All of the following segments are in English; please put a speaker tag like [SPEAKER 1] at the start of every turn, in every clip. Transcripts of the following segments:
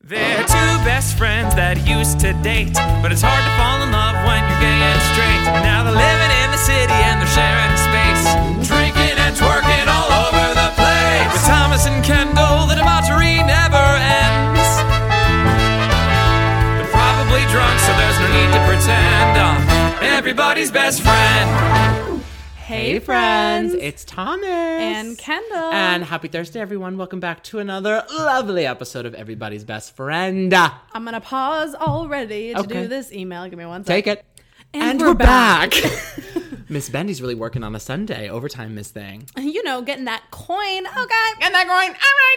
[SPEAKER 1] They're two best friends that used to date, but it's hard to fall in love when you're gay and straight. Now they're living in the city and they're sharing space, drinking and twerking all over the place. With Thomas and Kendall, the debauchery never ends. They're probably drunk, so there's no need to pretend. I'm everybody's best friend.
[SPEAKER 2] Hey, friends.
[SPEAKER 3] It's Thomas.
[SPEAKER 2] and Kendall.
[SPEAKER 3] And happy Thursday, everyone. Welcome back to another lovely episode of Everybody's Best Friend.
[SPEAKER 2] I'm gonna pause already to
[SPEAKER 3] Okay.
[SPEAKER 2] do this email. Give me one second.
[SPEAKER 3] Take it.
[SPEAKER 2] And we're back.
[SPEAKER 3] Miss Bendy's really working on the Sunday overtime, Miss Thing.
[SPEAKER 2] You know, getting that coin. Okay.
[SPEAKER 3] And they're going, all right.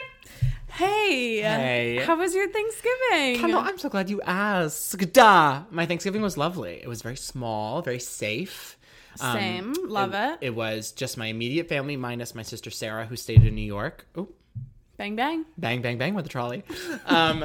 [SPEAKER 2] Hey.
[SPEAKER 3] Hey.
[SPEAKER 2] How was your Thanksgiving?
[SPEAKER 3] Kendall, I'm so glad you asked. Duh. My Thanksgiving was lovely. It was very small, very safe. Um,
[SPEAKER 2] Same. Love it.
[SPEAKER 3] It was just my immediate family minus my sister Sarah, who stayed in New York. Oh,
[SPEAKER 2] Bang bang.
[SPEAKER 3] bang bang bang with the trolley um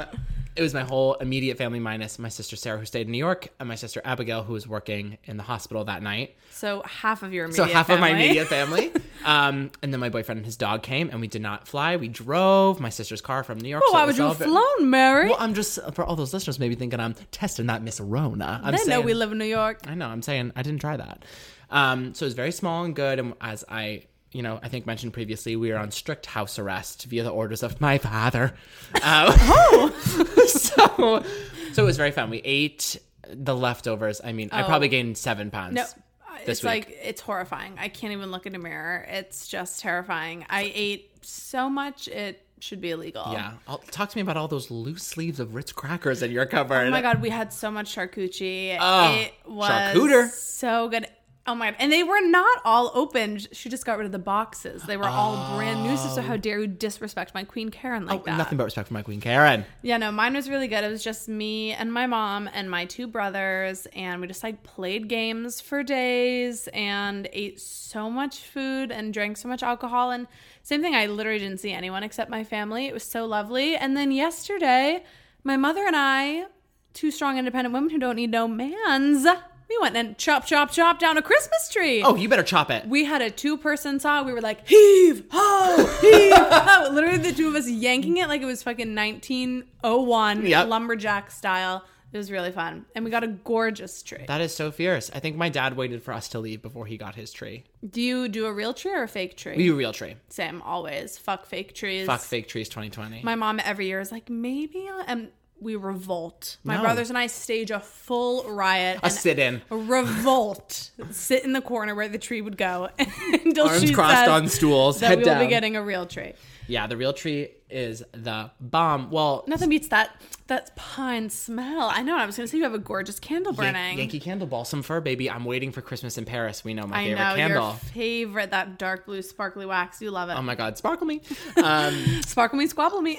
[SPEAKER 3] it was my whole immediate family minus my sister sarah who stayed in new york and my sister abigail who was working in the hospital that night
[SPEAKER 2] So half of your
[SPEAKER 3] so
[SPEAKER 2] immediate
[SPEAKER 3] half of my
[SPEAKER 2] family.
[SPEAKER 3] immediate family um and then my boyfriend and his dog came and we did not fly we drove my sister's car from new york
[SPEAKER 2] Well,
[SPEAKER 3] so it
[SPEAKER 2] why would
[SPEAKER 3] was
[SPEAKER 2] you
[SPEAKER 3] all
[SPEAKER 2] have
[SPEAKER 3] ve-
[SPEAKER 2] flown, Mary?
[SPEAKER 3] well i'm just for all those listeners maybe thinking i'm testing that miss rona i'm
[SPEAKER 2] they know
[SPEAKER 3] saying-
[SPEAKER 2] we live in New York.
[SPEAKER 3] I know. I'm saying I didn't try that. Um, so it was very small and good. And as I, you know, I think mentioned previously, we were on strict house arrest via the orders of my father. Uh,
[SPEAKER 2] Oh.
[SPEAKER 3] so, so it was very fun. We ate the leftovers. I mean, I probably gained seven pounds.
[SPEAKER 2] Oh. No,
[SPEAKER 3] this
[SPEAKER 2] it's
[SPEAKER 3] week.
[SPEAKER 2] like it's horrifying. I can't even look in a mirror. It's just terrifying. I ate so much it should be illegal.
[SPEAKER 3] yeah. I'll, talk to me about Um, all those loose sleeves of Ritz crackers in your cupboard.
[SPEAKER 2] Oh my god, we had so much charcuterie.
[SPEAKER 3] Oh,
[SPEAKER 2] it was
[SPEAKER 3] charcuter.
[SPEAKER 2] so good. Oh my god, and they were not all open. She just got rid of the boxes. They were all brand new. So how dare you disrespect my Queen Karen like that?
[SPEAKER 3] Oh. Nothing but respect for my queen Karen.
[SPEAKER 2] Yeah, no, mine was really good. It was just me and my mom and my two brothers, and we just like played games for days and ate so much food and drank so much alcohol. And same thing, I literally didn't see anyone except my family. It was so lovely. And then yesterday, my mother and I, two strong, independent women who don't need no man's, we went and chop, chop, chop down a Christmas tree.
[SPEAKER 3] Oh, you better chop it.
[SPEAKER 2] We had a two person saw. We were like, heave, ho, heave, ho. Literally, the two of us yanking it like it was fucking 1901
[SPEAKER 3] Yep.
[SPEAKER 2] lumberjack style. It was really fun. And we got a gorgeous tree.
[SPEAKER 3] that is so fierce. I think my dad waited for us to leave before he got his tree.
[SPEAKER 2] do you do a real tree or a fake tree?
[SPEAKER 3] We real tree.
[SPEAKER 2] Sam, always. Fuck fake trees.
[SPEAKER 3] Fuck fake trees 2020.
[SPEAKER 2] My mom every year is like, maybe. I'll-" And we revolt. My
[SPEAKER 3] No.
[SPEAKER 2] brothers and I stage a full riot.
[SPEAKER 3] a sit in.
[SPEAKER 2] Revolt. Sit in the corner where the tree would go until
[SPEAKER 3] arms
[SPEAKER 2] she
[SPEAKER 3] crossed
[SPEAKER 2] says
[SPEAKER 3] on stools,
[SPEAKER 2] that
[SPEAKER 3] head
[SPEAKER 2] we will
[SPEAKER 3] down.
[SPEAKER 2] be getting a real tree.
[SPEAKER 3] yeah, the real tree is the bomb. Well,
[SPEAKER 2] Nothing beats that that pine smell. I know. I was going to say you have a gorgeous candle
[SPEAKER 3] Yan-
[SPEAKER 2] burning.
[SPEAKER 3] Yankee Candle Balsam Fur Baby. I'm waiting for Christmas in Paris. We know my
[SPEAKER 2] I
[SPEAKER 3] favorite
[SPEAKER 2] know your
[SPEAKER 3] candle.
[SPEAKER 2] favorite that dark blue sparkly wax. You love it.
[SPEAKER 3] oh my Oh. God, sparkle me, um,
[SPEAKER 2] Sparkle me, squabble me.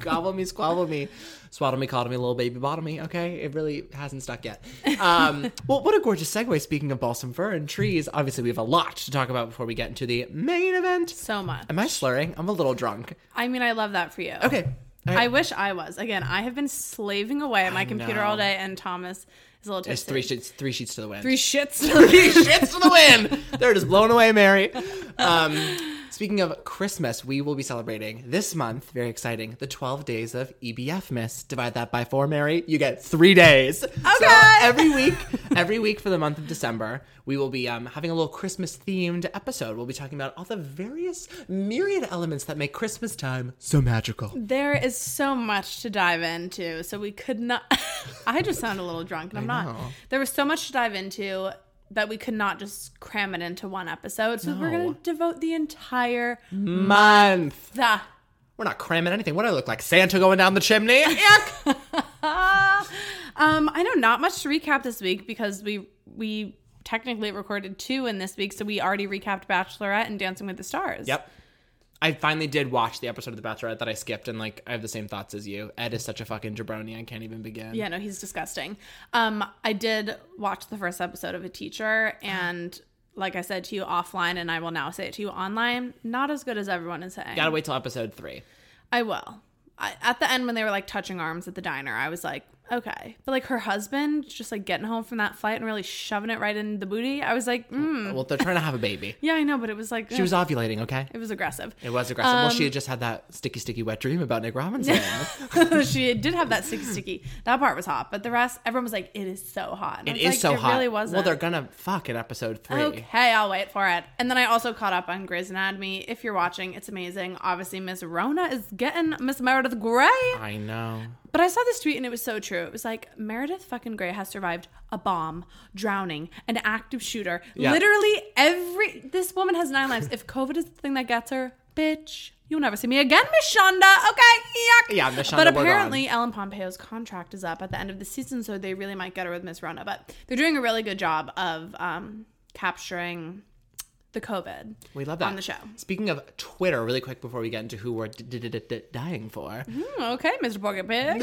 [SPEAKER 3] gobble me, squabble me, swaddle me, coddle me, little baby, bottle me. Okay, it really hasn't stuck yet. Um, well, what a gorgeous segue. Speaking of balsam fur and trees, obviously we have a lot to talk about before we get into the main event.
[SPEAKER 2] so much.
[SPEAKER 3] Am I slurring? I'm a little drunk.
[SPEAKER 2] I mean, I love that for you.
[SPEAKER 3] Okay. all right.
[SPEAKER 2] I wish I was. Again, I have been slaving away at my computer
[SPEAKER 3] know.
[SPEAKER 2] all day, and Thomas is a little
[SPEAKER 3] It's
[SPEAKER 2] tipsy.
[SPEAKER 3] three sheets. Three sheets to the wind.
[SPEAKER 2] Three shits.
[SPEAKER 3] Three shits to the wind. They're just blown away, Mary. Um, speaking of Christmas, we will be celebrating this month, very exciting, the 12 days of EBF Miss. Divide that by four, Mary. You get three days. Okay. So every week, every week for the month of December, we will be um, having a little Christmas themed episode. We'll be talking about all the various myriad elements that make Christmas time so magical.
[SPEAKER 2] There is so much to dive into. So we could not. I just sound a little drunk, and I'm not.
[SPEAKER 3] know.
[SPEAKER 2] There was so much to dive into that we could not just cram it into one episode. So we're
[SPEAKER 3] No.
[SPEAKER 2] going to devote the entire.
[SPEAKER 3] Month.
[SPEAKER 2] The,
[SPEAKER 3] We're not cramming anything. What do I look like? Santa going down the chimney?
[SPEAKER 2] um, I know not much to recap this week because we we technically recorded two in this week, so we already recapped Bachelorette and Dancing with the Stars.
[SPEAKER 3] Yep. I finally did watch the episode of The Bachelorette that I skipped, and like I have the same thoughts as you. Ed is such a fucking jabroni. I can't even begin.
[SPEAKER 2] Yeah, no, he's disgusting. Um, I did watch the first episode of A Teacher, and like I said to you offline, and I will now say it to you online, not as good as everyone is saying.
[SPEAKER 3] Gotta wait till episode three.
[SPEAKER 2] I will. I, at the end, when they were like touching arms at the diner, I was like, Okay. But like her husband just like getting home from that flight and really shoving it right in the booty. I was like, mm.
[SPEAKER 3] Well, they're trying to have a baby.
[SPEAKER 2] yeah, I know, but it was like
[SPEAKER 3] She was ovulating, okay?
[SPEAKER 2] it was aggressive.
[SPEAKER 3] It was aggressive. well,
[SPEAKER 2] Um,
[SPEAKER 3] she had just had that sticky, sticky wet dream about Nick Robinson.
[SPEAKER 2] she did have that sticky sticky. That part was hot, but the rest everyone was like, It is so hot. And I
[SPEAKER 3] It
[SPEAKER 2] was
[SPEAKER 3] is
[SPEAKER 2] like,
[SPEAKER 3] so
[SPEAKER 2] it
[SPEAKER 3] hot.
[SPEAKER 2] really wasn't.
[SPEAKER 3] Well, they're gonna fuck in episode three.
[SPEAKER 2] Okay, I'll wait for it. And then I also caught up on Grey's Anatomy. If you're watching, it's amazing. Obviously, Miss Rona is getting Miss Meredith Grey.
[SPEAKER 3] I know.
[SPEAKER 2] But I saw this tweet and it was so true. It was like Meredith fucking Grey has survived a bomb, drowning, an active shooter.
[SPEAKER 3] Yeah.
[SPEAKER 2] Literally every this woman has nine lives. if COVID is the thing that gets her, bitch, you'll never see me again, Miss Shonda. Okay, yuck.
[SPEAKER 3] Yeah, Miss Shonda,
[SPEAKER 2] But
[SPEAKER 3] we're gone.
[SPEAKER 2] apparently, Ellen Pompeo's contract is up at the end of the season, so they really might get her with Miss Rona. But they're doing a really good job of um, capturing the COVID.
[SPEAKER 3] We love that
[SPEAKER 2] on the show.
[SPEAKER 3] Speaking of Twitter, really quick before we get into who we're d- d- d- d- dying for,
[SPEAKER 2] Hmm, okay, Mr. Pocket Pig.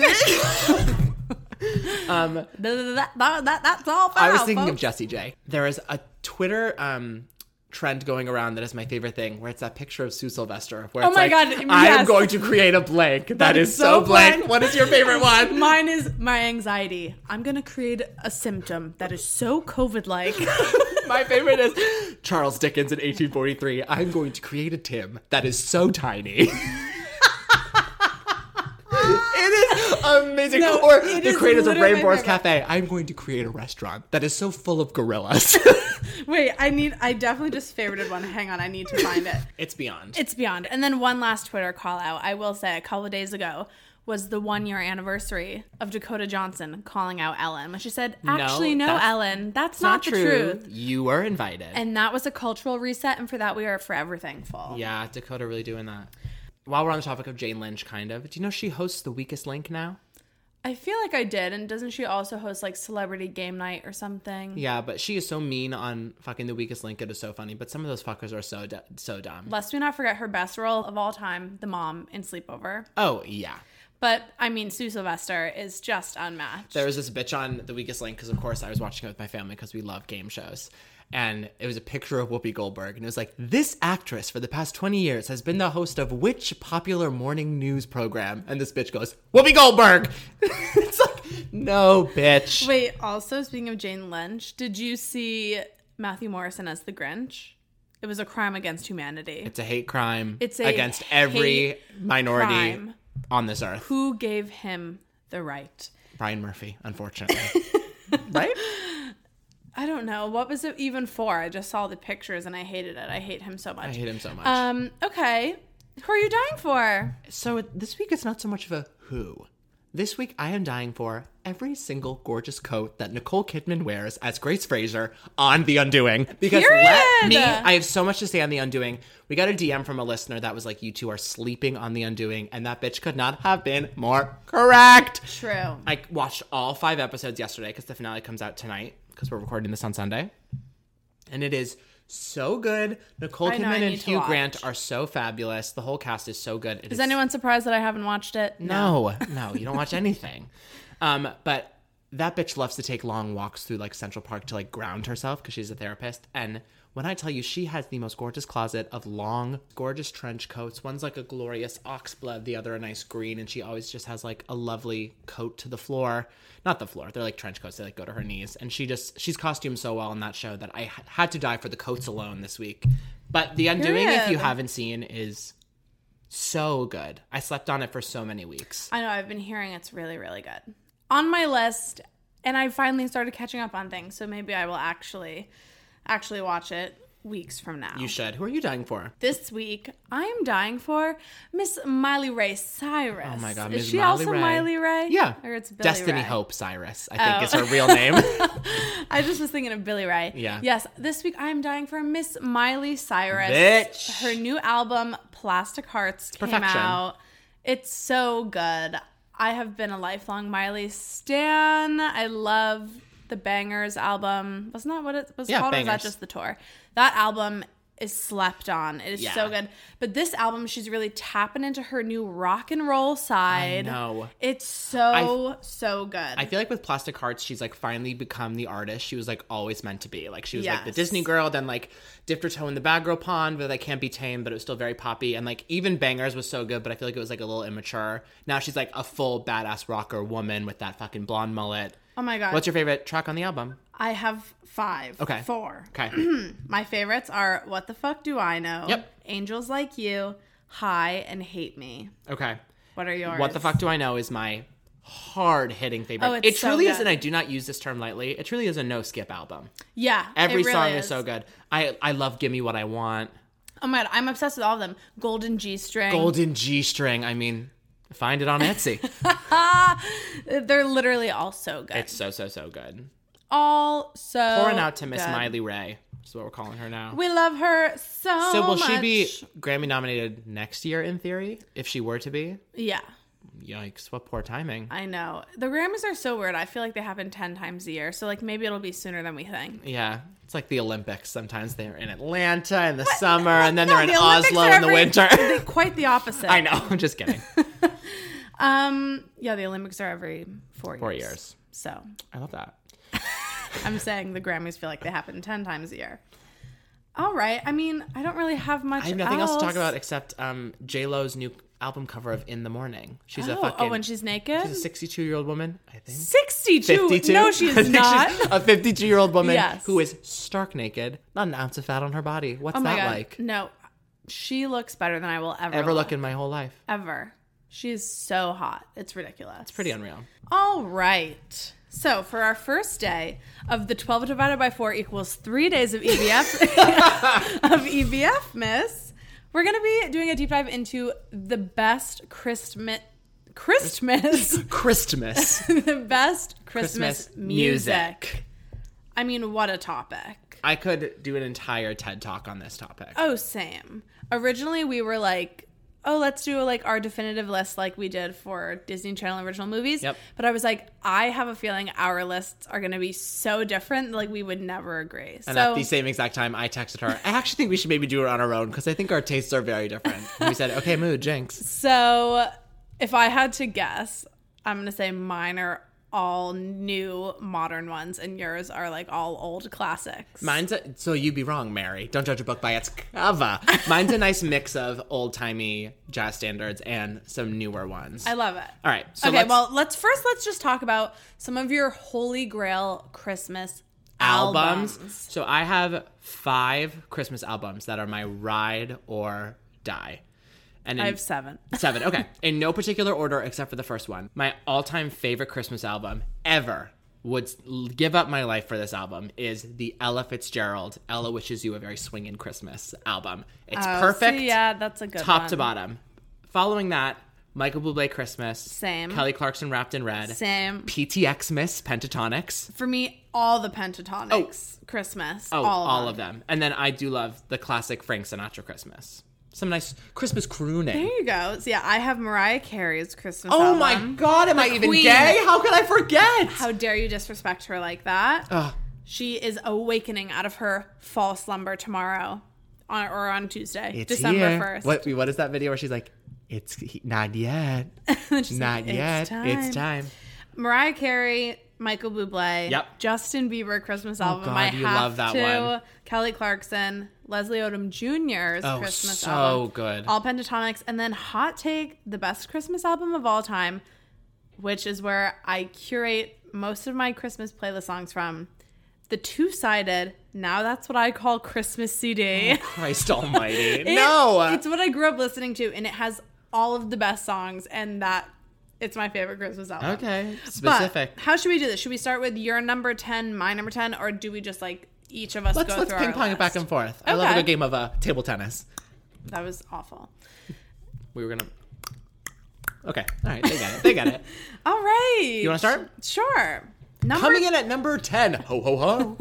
[SPEAKER 2] um, that, that, that, that's all. For
[SPEAKER 3] I was
[SPEAKER 2] now,
[SPEAKER 3] thinking of
[SPEAKER 2] folks.
[SPEAKER 3] Jesse J. There is a Twitter um, trend going around that is my favorite thing, where it's that picture of Sue Sylvester. Where
[SPEAKER 2] Oh
[SPEAKER 3] it's
[SPEAKER 2] my
[SPEAKER 3] like,
[SPEAKER 2] God,
[SPEAKER 3] I am
[SPEAKER 2] yes.
[SPEAKER 3] going to create a blank that is, so blank. What is your favorite one?
[SPEAKER 2] Mine is my anxiety. I'm gonna create a symptom that is so COVID-like.
[SPEAKER 3] My favorite is Charles Dickens in 1843. I'm going to create a Tim that is so tiny. it is amazing.
[SPEAKER 2] No,
[SPEAKER 3] or
[SPEAKER 2] it
[SPEAKER 3] the
[SPEAKER 2] is
[SPEAKER 3] creators of
[SPEAKER 2] literally my
[SPEAKER 3] Rainforest
[SPEAKER 2] favorite.
[SPEAKER 3] Cafe. I'm going to create a restaurant that is so full of gorillas.
[SPEAKER 2] Wait, I need. I definitely just favorited one. Hang on, I need to find it.
[SPEAKER 3] it's beyond.
[SPEAKER 2] It's beyond. And then one last Twitter call out. I will say a couple of days ago was the one year anniversary of Dakota Johnson calling out Ellen when she said, "Actually, no,
[SPEAKER 3] that's
[SPEAKER 2] Ellen, that's not, the truth."
[SPEAKER 3] You were invited.
[SPEAKER 2] And that was a cultural reset, and for that we are forever thankful.
[SPEAKER 3] yeah, Dakota really doing that. While we're on the topic of Jane Lynch, kind of, do you know she hosts The Weakest Link now?
[SPEAKER 2] I feel like I did, and doesn't she also host like Celebrity Game Night or something?
[SPEAKER 3] Yeah, but she is so mean on fucking The Weakest Link. It is so funny, but some of those fuckers are so d- so dumb.
[SPEAKER 2] Lest we not forget her best role of all time, the mom in Sleepover.
[SPEAKER 3] Oh yeah.
[SPEAKER 2] But I mean, Sue Sylvester is just unmatched.
[SPEAKER 3] there was this bitch on The Weakest Link because, of course, I was watching it with my family because we love game shows. And it was a picture of Whoopi Goldberg. And it was like, this actress for the past 20 years has been the host of which popular morning news program? And this bitch goes, Whoopi Goldberg! it's like, no, bitch.
[SPEAKER 2] Wait, also speaking of Jane Lynch, did you see Matthew Morrison as the Grinch? It was a crime against humanity.
[SPEAKER 3] It's a hate crime
[SPEAKER 2] It's a
[SPEAKER 3] against every
[SPEAKER 2] hate
[SPEAKER 3] minority
[SPEAKER 2] crime.
[SPEAKER 3] on this earth.
[SPEAKER 2] Who gave him the right?
[SPEAKER 3] Brian Murphy, unfortunately. right?
[SPEAKER 2] I don't know. What was it even for? I just saw the pictures and I hated it. I hate him so much.
[SPEAKER 3] I hate him so much.
[SPEAKER 2] Um, okay. Who are you dying for?
[SPEAKER 3] So it- this week it's not so much of a who. This week I am dying for every single gorgeous coat that Nicole Kidman wears as Grace Fraser on The Undoing. Because let
[SPEAKER 2] Period.
[SPEAKER 3] me, I have so much to say on The Undoing. We got a DM from a listener that was like, "You two are sleeping on The Undoing," and that bitch could not have been more correct.
[SPEAKER 2] True.
[SPEAKER 3] I watched all five episodes yesterday because the finale comes out tonight because we're recording this on Sunday. And it is so good. Nicole
[SPEAKER 2] I know, I
[SPEAKER 3] Kidman and
[SPEAKER 2] need to
[SPEAKER 3] Hugh
[SPEAKER 2] watch.
[SPEAKER 3] Grant are so fabulous. The whole cast is so good. It
[SPEAKER 2] Is anyone surprised that I haven't watched it?
[SPEAKER 3] No, no, you don't watch anything. Um, but that bitch loves to take long walks through like Central Park to like ground herself because she's a therapist. And when I tell you, she has the most gorgeous closet of long, gorgeous trench coats. One's like a glorious oxblood, the other a nice green, and she always just has like a lovely coat to the floor. Not the floor; they're like trench coats. They like go to her knees, and she just she's costumed so well in that show that I h- had to die for the coats alone this week. But the undoing, if you
[SPEAKER 2] Period.
[SPEAKER 3] haven't seen, is so good. I slept on it for so many weeks.
[SPEAKER 2] I know. I've been hearing it's really, really good. On my list, and I finally started catching up on things, so maybe I will actually, actually watch it weeks from now.
[SPEAKER 3] You should. Who are you dying for?
[SPEAKER 2] this week, I am dying for Miss Miley Ray Cyrus. Oh
[SPEAKER 3] my God,
[SPEAKER 2] is
[SPEAKER 3] Ms.
[SPEAKER 2] she
[SPEAKER 3] Miley
[SPEAKER 2] also
[SPEAKER 3] Ray.
[SPEAKER 2] Miley Ray?
[SPEAKER 3] Yeah.
[SPEAKER 2] or it's Billy
[SPEAKER 3] Destiny
[SPEAKER 2] Ray. Oh.
[SPEAKER 3] Hope Cyrus, I think is her real name.
[SPEAKER 2] I just was thinking of Billy Ray.
[SPEAKER 3] Yeah.
[SPEAKER 2] Yes, this week I am dying for Miss Miley Cyrus.
[SPEAKER 3] Bitch.
[SPEAKER 2] Her new album, Plastic Hearts, came
[SPEAKER 3] Perfection.
[SPEAKER 2] out. It's so good. I have been a lifelong Miley Stan. I love the Bangers album. Wasn't that what it was
[SPEAKER 3] Yeah,
[SPEAKER 2] called? Or was
[SPEAKER 3] Bangers.
[SPEAKER 2] that just the tour? That album is slept on. It is
[SPEAKER 3] Yeah.
[SPEAKER 2] so good. But this album, she's really tapping into her new rock and roll side.
[SPEAKER 3] know.
[SPEAKER 2] It's so, so good.
[SPEAKER 3] I feel like with Plastic Hearts, she's like finally become the artist she was like always meant to be. Like she was like the
[SPEAKER 2] Yes.
[SPEAKER 3] Disney girl, then like dipped her toe in the bad girl pond, but like can't be tamed, but it was still very poppy. And like even Bangers was so good, but I feel like it was like a little immature. Now she's like a full badass rocker woman with that fucking blonde mullet.
[SPEAKER 2] oh my God.
[SPEAKER 3] What's your favorite track on the album?
[SPEAKER 2] I have five.
[SPEAKER 3] Okay.
[SPEAKER 2] Four.
[SPEAKER 3] Okay.
[SPEAKER 2] My favorites are What the Fuck Do I Know?
[SPEAKER 3] Yep.
[SPEAKER 2] Angels Like You, High, and Hate Me.
[SPEAKER 3] okay.
[SPEAKER 2] What are yours?
[SPEAKER 3] What the fuck do I know is my hard hitting favorite.
[SPEAKER 2] Oh, it's
[SPEAKER 3] it
[SPEAKER 2] so
[SPEAKER 3] truly is,
[SPEAKER 2] good.
[SPEAKER 3] and I do not use this term lightly. It truly is a no skip album.
[SPEAKER 2] Yeah. it
[SPEAKER 3] Every
[SPEAKER 2] really
[SPEAKER 3] song is. so good. I I love Gimme What I Want.
[SPEAKER 2] Oh my God. I'm obsessed with all of them. Golden G String.
[SPEAKER 3] Golden G string. I mean, find it on Etsy.
[SPEAKER 2] Uh, They're literally all so good.
[SPEAKER 3] it's so so so good.
[SPEAKER 2] all so
[SPEAKER 3] Pouring out to Miss
[SPEAKER 2] good.
[SPEAKER 3] Miley Ray. Is what we're calling her now.
[SPEAKER 2] Oh, We love her so
[SPEAKER 3] so will she
[SPEAKER 2] much.
[SPEAKER 3] be Grammy nominated next year in theory? If she were to be,
[SPEAKER 2] Yeah,
[SPEAKER 3] yikes! What poor timing.
[SPEAKER 2] I know. The Grammys are so weird. I feel like they happen 10 times a year. So, like, maybe it'll be sooner than we think.
[SPEAKER 3] yeah, it's like the Olympics. Sometimes they're in Atlanta in the summer, and then they're in
[SPEAKER 2] the Olympics
[SPEAKER 3] Oslo
[SPEAKER 2] are
[SPEAKER 3] in the
[SPEAKER 2] every-
[SPEAKER 3] winter.
[SPEAKER 2] They- Quite the opposite.
[SPEAKER 3] I know. I'm just kidding.
[SPEAKER 2] Um, yeah, the Olympics are every four,
[SPEAKER 3] Four
[SPEAKER 2] years.
[SPEAKER 3] years.
[SPEAKER 2] So,
[SPEAKER 3] I love that.
[SPEAKER 2] I'm saying the Grammys feel like they happen 10 times a year. All right. I mean, I don't really have much
[SPEAKER 3] I have nothing else, to talk about except um, J Lo's new album cover of "In the Morning." She's a
[SPEAKER 2] Oh,
[SPEAKER 3] fucking.
[SPEAKER 2] oh, when she's naked?
[SPEAKER 3] she's a 62 year old woman, I think.
[SPEAKER 2] 62.
[SPEAKER 3] 52.
[SPEAKER 2] No,
[SPEAKER 3] I
[SPEAKER 2] she's
[SPEAKER 3] think
[SPEAKER 2] not.
[SPEAKER 3] a 52 year old woman
[SPEAKER 2] Yes.
[SPEAKER 3] who is stark naked, not an ounce of fat on her body. What's
[SPEAKER 2] oh my
[SPEAKER 3] that
[SPEAKER 2] God.
[SPEAKER 3] like?
[SPEAKER 2] No, she looks better than I will ever,
[SPEAKER 3] Ever
[SPEAKER 2] look.
[SPEAKER 3] look in my whole life.
[SPEAKER 2] Ever. She's so hot. It's ridiculous. It's
[SPEAKER 3] Pretty unreal.
[SPEAKER 2] All right. So for our first day of the 12 divided by 4 equals 3 days of EBF of EBF miss, we're going to be doing a deep dive into the best Christmas Christmas,
[SPEAKER 3] Christmas.
[SPEAKER 2] the best Christmas,
[SPEAKER 3] Christmas
[SPEAKER 2] music. I mean, what a topic.
[SPEAKER 3] I could do an entire TED talk on this topic.
[SPEAKER 2] Oh, same. Originally, we were like, oh, let's do like our definitive list, like we did for Disney Channel original movies.
[SPEAKER 3] Yep.
[SPEAKER 2] But I was like, I have a feeling our lists are going to be so different, like we would never agree.
[SPEAKER 3] and
[SPEAKER 2] so
[SPEAKER 3] at the same exact time, I texted her. I actually think we should maybe do it on our own because I think our tastes are very different. And we said, okay, mood, jinx.
[SPEAKER 2] So, if I had to guess, I'm going to say mine are all new modern ones, and yours are like all old classics.
[SPEAKER 3] Mine's a, so you'd be wrong, Mary. Don't judge a book by its cover. Mine's a nice mix of old timey jazz standards and some newer ones.
[SPEAKER 2] I love it.
[SPEAKER 3] All right. So
[SPEAKER 2] okay,
[SPEAKER 3] let's-
[SPEAKER 2] well, let's first let's just talk about some of your holy grail Christmas
[SPEAKER 3] albums.
[SPEAKER 2] albums.
[SPEAKER 3] So I have five Christmas albums that are my ride or die. And in
[SPEAKER 2] I have seven.
[SPEAKER 3] seven. Okay. In no particular order except for the first one. My all time favorite Christmas album ever would s- l- give up my life for this album is the Ella Fitzgerald Ella Wishes You a Very Swingin' Christmas album. It's
[SPEAKER 2] Oh,
[SPEAKER 3] perfect
[SPEAKER 2] so yeah, that's a good
[SPEAKER 3] top
[SPEAKER 2] one.
[SPEAKER 3] to bottom. Following that, Michael Bublé Christmas.
[SPEAKER 2] Same.
[SPEAKER 3] Kelly Clarkson Wrapped in Red.
[SPEAKER 2] Same
[SPEAKER 3] PTX Miss Pentatonics.
[SPEAKER 2] for me. All the pentatonics, Christmas,
[SPEAKER 3] Oh,
[SPEAKER 2] all, of, them.
[SPEAKER 3] them. And then I do love the classic Frank Sinatra Christmas. Some nice Christmas crooning.
[SPEAKER 2] There you go. So yeah, I have Mariah Carey's Christmas.
[SPEAKER 3] Oh
[SPEAKER 2] album.
[SPEAKER 3] my god, am I even
[SPEAKER 2] Queen.
[SPEAKER 3] gay? How could I forget?
[SPEAKER 2] How dare you disrespect her like that?
[SPEAKER 3] Ugh.
[SPEAKER 2] She is awakening out of her fall slumber tomorrow, on, or on Tuesday,
[SPEAKER 3] It's
[SPEAKER 2] December
[SPEAKER 3] here.
[SPEAKER 2] first.
[SPEAKER 3] What what is that video where she's like, It's he- not yet. not yet. It's time.
[SPEAKER 2] Mariah Carey, Michael Bublé,
[SPEAKER 3] Yep. Oh,
[SPEAKER 2] Justin Bieber Christmas album.
[SPEAKER 3] God,
[SPEAKER 2] I
[SPEAKER 3] you
[SPEAKER 2] have
[SPEAKER 3] love that
[SPEAKER 2] to.
[SPEAKER 3] one.
[SPEAKER 2] Kelly Clarkson, Leslie Odom Jr.'s
[SPEAKER 3] Oh,
[SPEAKER 2] Christmas
[SPEAKER 3] so
[SPEAKER 2] album.
[SPEAKER 3] good.
[SPEAKER 2] All pentatonics, and then Hot Take, the best Christmas album of all time, which is where I curate most of my Christmas playlist songs from. The two sided. Now that's what I call Christmas CD.
[SPEAKER 3] Christ almighty.
[SPEAKER 2] It-
[SPEAKER 3] no.
[SPEAKER 2] it's what I grew up listening to, and it has all of the best songs, and that it's my favorite Christmas album.
[SPEAKER 3] okay.
[SPEAKER 2] But
[SPEAKER 3] Specific.
[SPEAKER 2] how should we do this? Should we start with your number ten, my number ten, or do we just like each of us
[SPEAKER 3] let's
[SPEAKER 2] go
[SPEAKER 3] let's
[SPEAKER 2] through
[SPEAKER 3] ping
[SPEAKER 2] our
[SPEAKER 3] pong it
[SPEAKER 2] list?
[SPEAKER 3] back and forth. I love a
[SPEAKER 2] Okay.
[SPEAKER 3] good game of uh, table tennis.
[SPEAKER 2] That was awful.
[SPEAKER 3] We were gonna Okay. All right, they got it. They got it.
[SPEAKER 2] All right.
[SPEAKER 3] You wanna start?
[SPEAKER 2] Sure. Number
[SPEAKER 3] Coming in at number ten. Ho ho ho.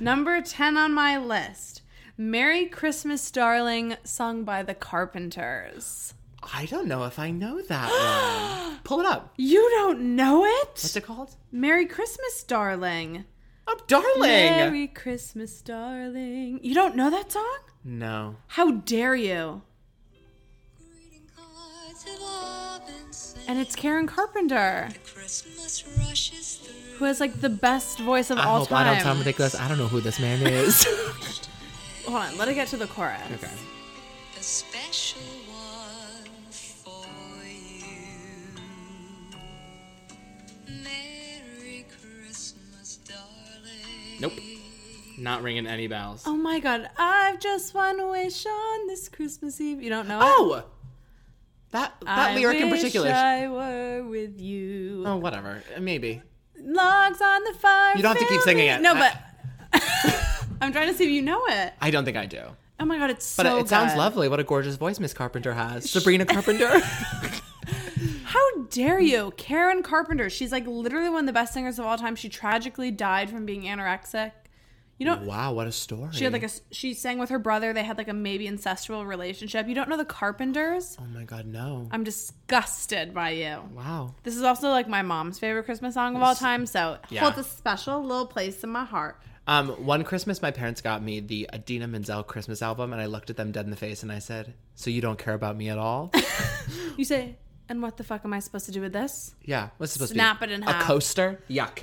[SPEAKER 2] number ten on my list. Merry Christmas, Darling, sung by the Carpenters.
[SPEAKER 3] I don't know if I know that one. Pull it up.
[SPEAKER 2] You don't know it?
[SPEAKER 3] What's it called?
[SPEAKER 2] Merry Christmas, Darling.
[SPEAKER 3] Oh, darling.
[SPEAKER 2] Merry Christmas, darling. You don't know that song?
[SPEAKER 3] No.
[SPEAKER 2] How dare you? And it's Karen Carpenter,
[SPEAKER 4] Christmas rushes through.
[SPEAKER 2] who has like the best voice of
[SPEAKER 3] I
[SPEAKER 2] all
[SPEAKER 3] hope
[SPEAKER 2] time.
[SPEAKER 3] I don't sound ridiculous. I don't know who this man is.
[SPEAKER 2] Hold on, let it get to the chorus.
[SPEAKER 3] okay.
[SPEAKER 4] A special one for you. Merry Christmas, darling.
[SPEAKER 3] Nope. Not ringing any bells.
[SPEAKER 2] Oh my god, I've just one wish on this Christmas Eve. You don't know it?
[SPEAKER 3] Oh! That that
[SPEAKER 2] I
[SPEAKER 3] lyric in
[SPEAKER 2] wish
[SPEAKER 3] particular.
[SPEAKER 2] I were with you.
[SPEAKER 3] Oh, whatever. Maybe.
[SPEAKER 2] Logs on the fire.
[SPEAKER 3] You don't have to keep singing it.
[SPEAKER 2] No,
[SPEAKER 3] I-
[SPEAKER 2] but I'm trying to see if you know it.
[SPEAKER 3] I don't think I do.
[SPEAKER 2] Oh my god, it's
[SPEAKER 3] But
[SPEAKER 2] so
[SPEAKER 3] it, it sounds
[SPEAKER 2] good.
[SPEAKER 3] lovely. What a gorgeous voice Miss Carpenter has. Sabrina Carpenter.
[SPEAKER 2] How dare you? Karen Carpenter. She's like literally one of the best singers of all time. She tragically died from being anorexic. You don't
[SPEAKER 3] wow, what a story.
[SPEAKER 2] She had like a she sang with her brother. They had like a maybe incestual relationship. You don't know the Carpenters?
[SPEAKER 3] Oh my god, no.
[SPEAKER 2] I'm disgusted by you.
[SPEAKER 3] Wow.
[SPEAKER 2] This is also like my mom's favorite Christmas song of all time, so it
[SPEAKER 3] Yeah.
[SPEAKER 2] holds a special little place in my heart.
[SPEAKER 3] Um, one Christmas, my parents got me the Adina Menzel Christmas album, and I looked at them dead in the face and I said, So you don't care about me at all?
[SPEAKER 2] You say, and what the fuck am I supposed to do with this?
[SPEAKER 3] yeah. What's it supposed
[SPEAKER 2] Snap
[SPEAKER 3] to be?
[SPEAKER 2] it in
[SPEAKER 3] A
[SPEAKER 2] half.
[SPEAKER 3] coaster? Yuck.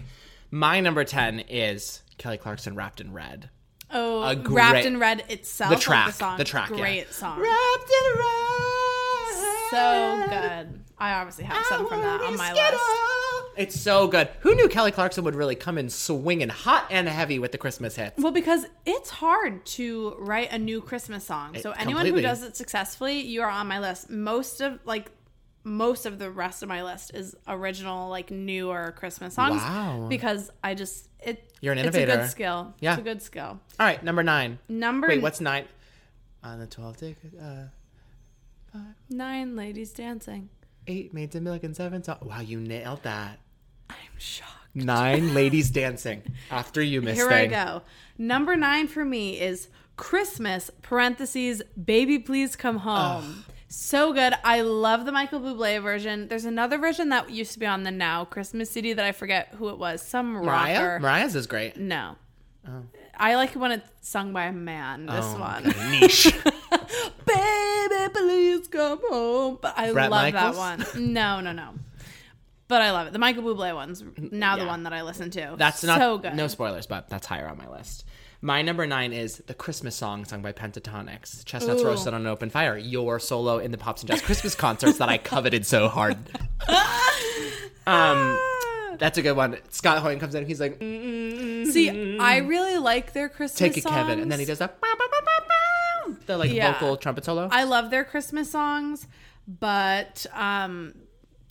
[SPEAKER 3] My number 10 is Kelly Clarkson wrapped in red.
[SPEAKER 2] Oh,
[SPEAKER 3] A great-
[SPEAKER 2] wrapped in red itself.
[SPEAKER 3] The
[SPEAKER 2] like
[SPEAKER 3] track.
[SPEAKER 2] the, song.
[SPEAKER 3] The track, yeah.
[SPEAKER 2] Great song.
[SPEAKER 3] Wrapped in red.
[SPEAKER 2] So good. I obviously have some from that on my list.
[SPEAKER 3] It's so good. Who knew Kelly Clarkson would really come in swinging hot and heavy with the Christmas hits?
[SPEAKER 2] Well, because it's hard to write a new Christmas song. so anyone
[SPEAKER 3] completely.
[SPEAKER 2] who does it successfully, you are on my list. Most of like most of the rest of my list is original, like newer Christmas songs.
[SPEAKER 3] Wow.
[SPEAKER 2] Because I just it
[SPEAKER 3] You're an
[SPEAKER 2] It's a
[SPEAKER 3] innovator.
[SPEAKER 2] good skill.
[SPEAKER 3] Yeah.
[SPEAKER 2] It's a good skill.
[SPEAKER 3] All right, number nine.
[SPEAKER 2] Number
[SPEAKER 3] Wait, what's nine? On the 12th day, uh,
[SPEAKER 2] nine ladies dancing.
[SPEAKER 3] eight maids and milk and seven song. Wow, you nailed that.
[SPEAKER 2] I'm shocked.
[SPEAKER 3] Nine ladies dancing after you miss
[SPEAKER 2] Here
[SPEAKER 3] thing.
[SPEAKER 2] I go. Number nine for me is Christmas parentheses baby please come home. So good. I love the Michael Bublé version. There's another version that used to be on the Now Christmas CD that I forget who it was. Some
[SPEAKER 3] Mariah?
[SPEAKER 2] rocker.
[SPEAKER 3] Mariah's is great.
[SPEAKER 2] No. I like it when it's sung by a man. This
[SPEAKER 3] Oh,
[SPEAKER 2] one.
[SPEAKER 3] okay, Niche.
[SPEAKER 2] baby please come home. But I
[SPEAKER 3] Bret
[SPEAKER 2] love
[SPEAKER 3] Michaels?
[SPEAKER 2] that one. No, no, no. But I love it. The Michael Bublé one's now the
[SPEAKER 3] yeah.
[SPEAKER 2] one that I listen to.
[SPEAKER 3] That's not
[SPEAKER 2] so good.
[SPEAKER 3] no spoilers, but that's higher on my list. My number nine is the Christmas song sung by Pentatonics, "Chestnuts
[SPEAKER 2] Ooh.
[SPEAKER 3] Roasted on an Open Fire," your solo in the Pops and Jazz Christmas concerts that I coveted so hard. um,
[SPEAKER 2] Ah.
[SPEAKER 3] that's a good one. Scott Hoyne comes in, he's like, "Mm,
[SPEAKER 2] See, I really like their Christmas
[SPEAKER 3] Mm-hmm. "Take it,
[SPEAKER 2] songs.
[SPEAKER 3] Kevin," and then he does that, "Bow, bow, bow, bow, bow," the like
[SPEAKER 2] Yeah.
[SPEAKER 3] vocal trumpet solo.
[SPEAKER 2] I love their Christmas songs, but um,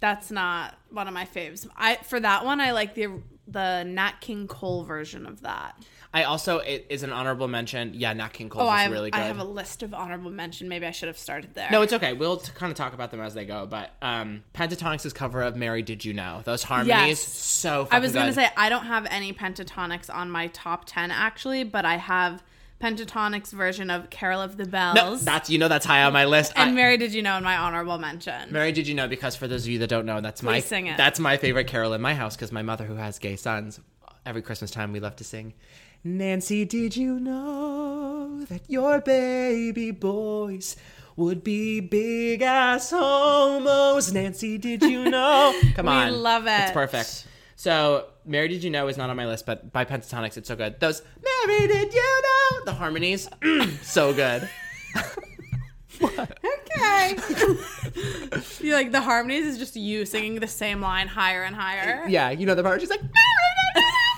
[SPEAKER 2] that's not one of my faves. I for that one, I like the the Nat King Cole version of that.
[SPEAKER 3] I also it is an honorable mention. Yeah, Nat King Cole
[SPEAKER 2] Oh,
[SPEAKER 3] is
[SPEAKER 2] I have,
[SPEAKER 3] really
[SPEAKER 2] I
[SPEAKER 3] good.
[SPEAKER 2] have a list of honorable mention. Maybe I should have started there.
[SPEAKER 3] No, it's okay. We'll t- kind of talk about them as they go. But um, Pentatonics' cover of "Mary Did You Know" those harmonies,
[SPEAKER 2] Yes.
[SPEAKER 3] so.
[SPEAKER 2] I was
[SPEAKER 3] going to
[SPEAKER 2] say I don't have any pentatonics on my top ten actually, but I have pentatonics version of Carol of the
[SPEAKER 3] No,
[SPEAKER 2] Bells
[SPEAKER 3] that's you know that's high on my list. I-
[SPEAKER 2] and Mary. Did you know in my honorable mention?
[SPEAKER 3] Mary, did you know? Because for those of you that don't know, that's my
[SPEAKER 2] Please sing it.
[SPEAKER 3] that's my favorite carol in my house because my mother, who has gay sons, every Christmas time we love to sing. Nancy, did you know that your baby boys would be big ass homos? Nancy, did you know? Come
[SPEAKER 2] We
[SPEAKER 3] on,
[SPEAKER 2] love
[SPEAKER 3] It's
[SPEAKER 2] it.
[SPEAKER 3] perfect. So, Mary, did you know is not on my list, but by Pentatonics, it's so good. Those Mary, did you know the harmonies, mm, so good.
[SPEAKER 2] Okay. you like the harmonies is just you singing the same line higher and higher.
[SPEAKER 3] Yeah, you know the part. where She's like.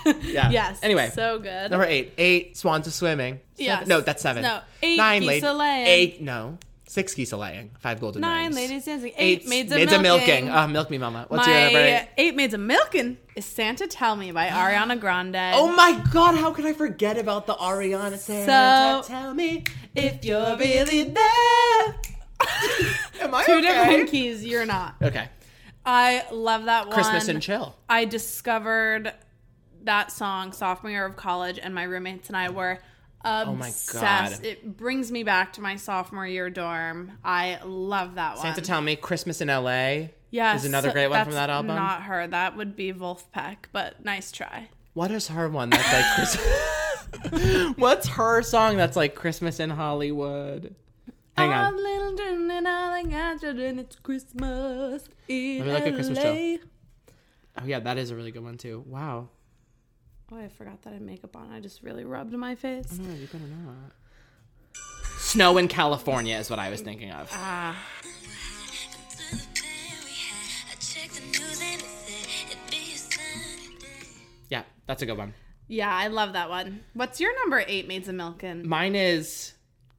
[SPEAKER 3] Yeah.
[SPEAKER 2] Yes.
[SPEAKER 3] Anyway.
[SPEAKER 2] So good.
[SPEAKER 3] Number eight. Eight swans are swimming.
[SPEAKER 2] Yes.
[SPEAKER 3] Seven- No, that's seven.
[SPEAKER 2] No, eight geese
[SPEAKER 3] lad-
[SPEAKER 2] a-laying.
[SPEAKER 3] Eight. No. Six geese a laying. Five golden
[SPEAKER 2] Nine
[SPEAKER 3] rings.
[SPEAKER 2] ladies dancing. Eight,
[SPEAKER 3] Eight
[SPEAKER 2] maids
[SPEAKER 3] maids,
[SPEAKER 2] of
[SPEAKER 3] a
[SPEAKER 2] milking.
[SPEAKER 3] milking. Oh, milk me, mama. What's your
[SPEAKER 2] my
[SPEAKER 3] number
[SPEAKER 2] uh,
[SPEAKER 3] eight?
[SPEAKER 2] eight maids of milking is Santa Tell Me by Ariana Grande.
[SPEAKER 3] Oh my god, how could I forget about the Ariana Santa?
[SPEAKER 2] So-
[SPEAKER 3] tell me.
[SPEAKER 2] if you're really there.
[SPEAKER 3] Am I
[SPEAKER 2] Two
[SPEAKER 3] okay?
[SPEAKER 2] different keys. You're not.
[SPEAKER 3] Okay.
[SPEAKER 2] I love that one.
[SPEAKER 3] Christmas and chill.
[SPEAKER 2] I discovered that song sophomore year of college, and my roommates and I were
[SPEAKER 3] Oh my
[SPEAKER 2] obsessed.
[SPEAKER 3] God.
[SPEAKER 2] It brings me back to my sophomore year dorm. I love that one.
[SPEAKER 3] Santa tell me. Christmas in LA.
[SPEAKER 2] yes,
[SPEAKER 3] Is another great one from
[SPEAKER 2] that's
[SPEAKER 3] that album.
[SPEAKER 2] Not her. That would be Wolfpack, but nice try.
[SPEAKER 3] What is her one that's like Christmas? What's her song that's like Christmas in Hollywood? Hang
[SPEAKER 2] I'm
[SPEAKER 3] on.
[SPEAKER 2] little June and all I got you, and it's Christmas in
[SPEAKER 3] me look at Christmas
[SPEAKER 2] LA.
[SPEAKER 3] Oh yeah, that is a really good one too. Wow.
[SPEAKER 2] Oh, I forgot that I had makeup on. I just really rubbed my face.
[SPEAKER 3] Oh, you better know that. Snow in California is what I was thinking of.
[SPEAKER 2] Ah,
[SPEAKER 3] Yeah, that's a good one.
[SPEAKER 2] yeah, I love that one. What's your number eight, Maids of Milken?
[SPEAKER 3] Mine is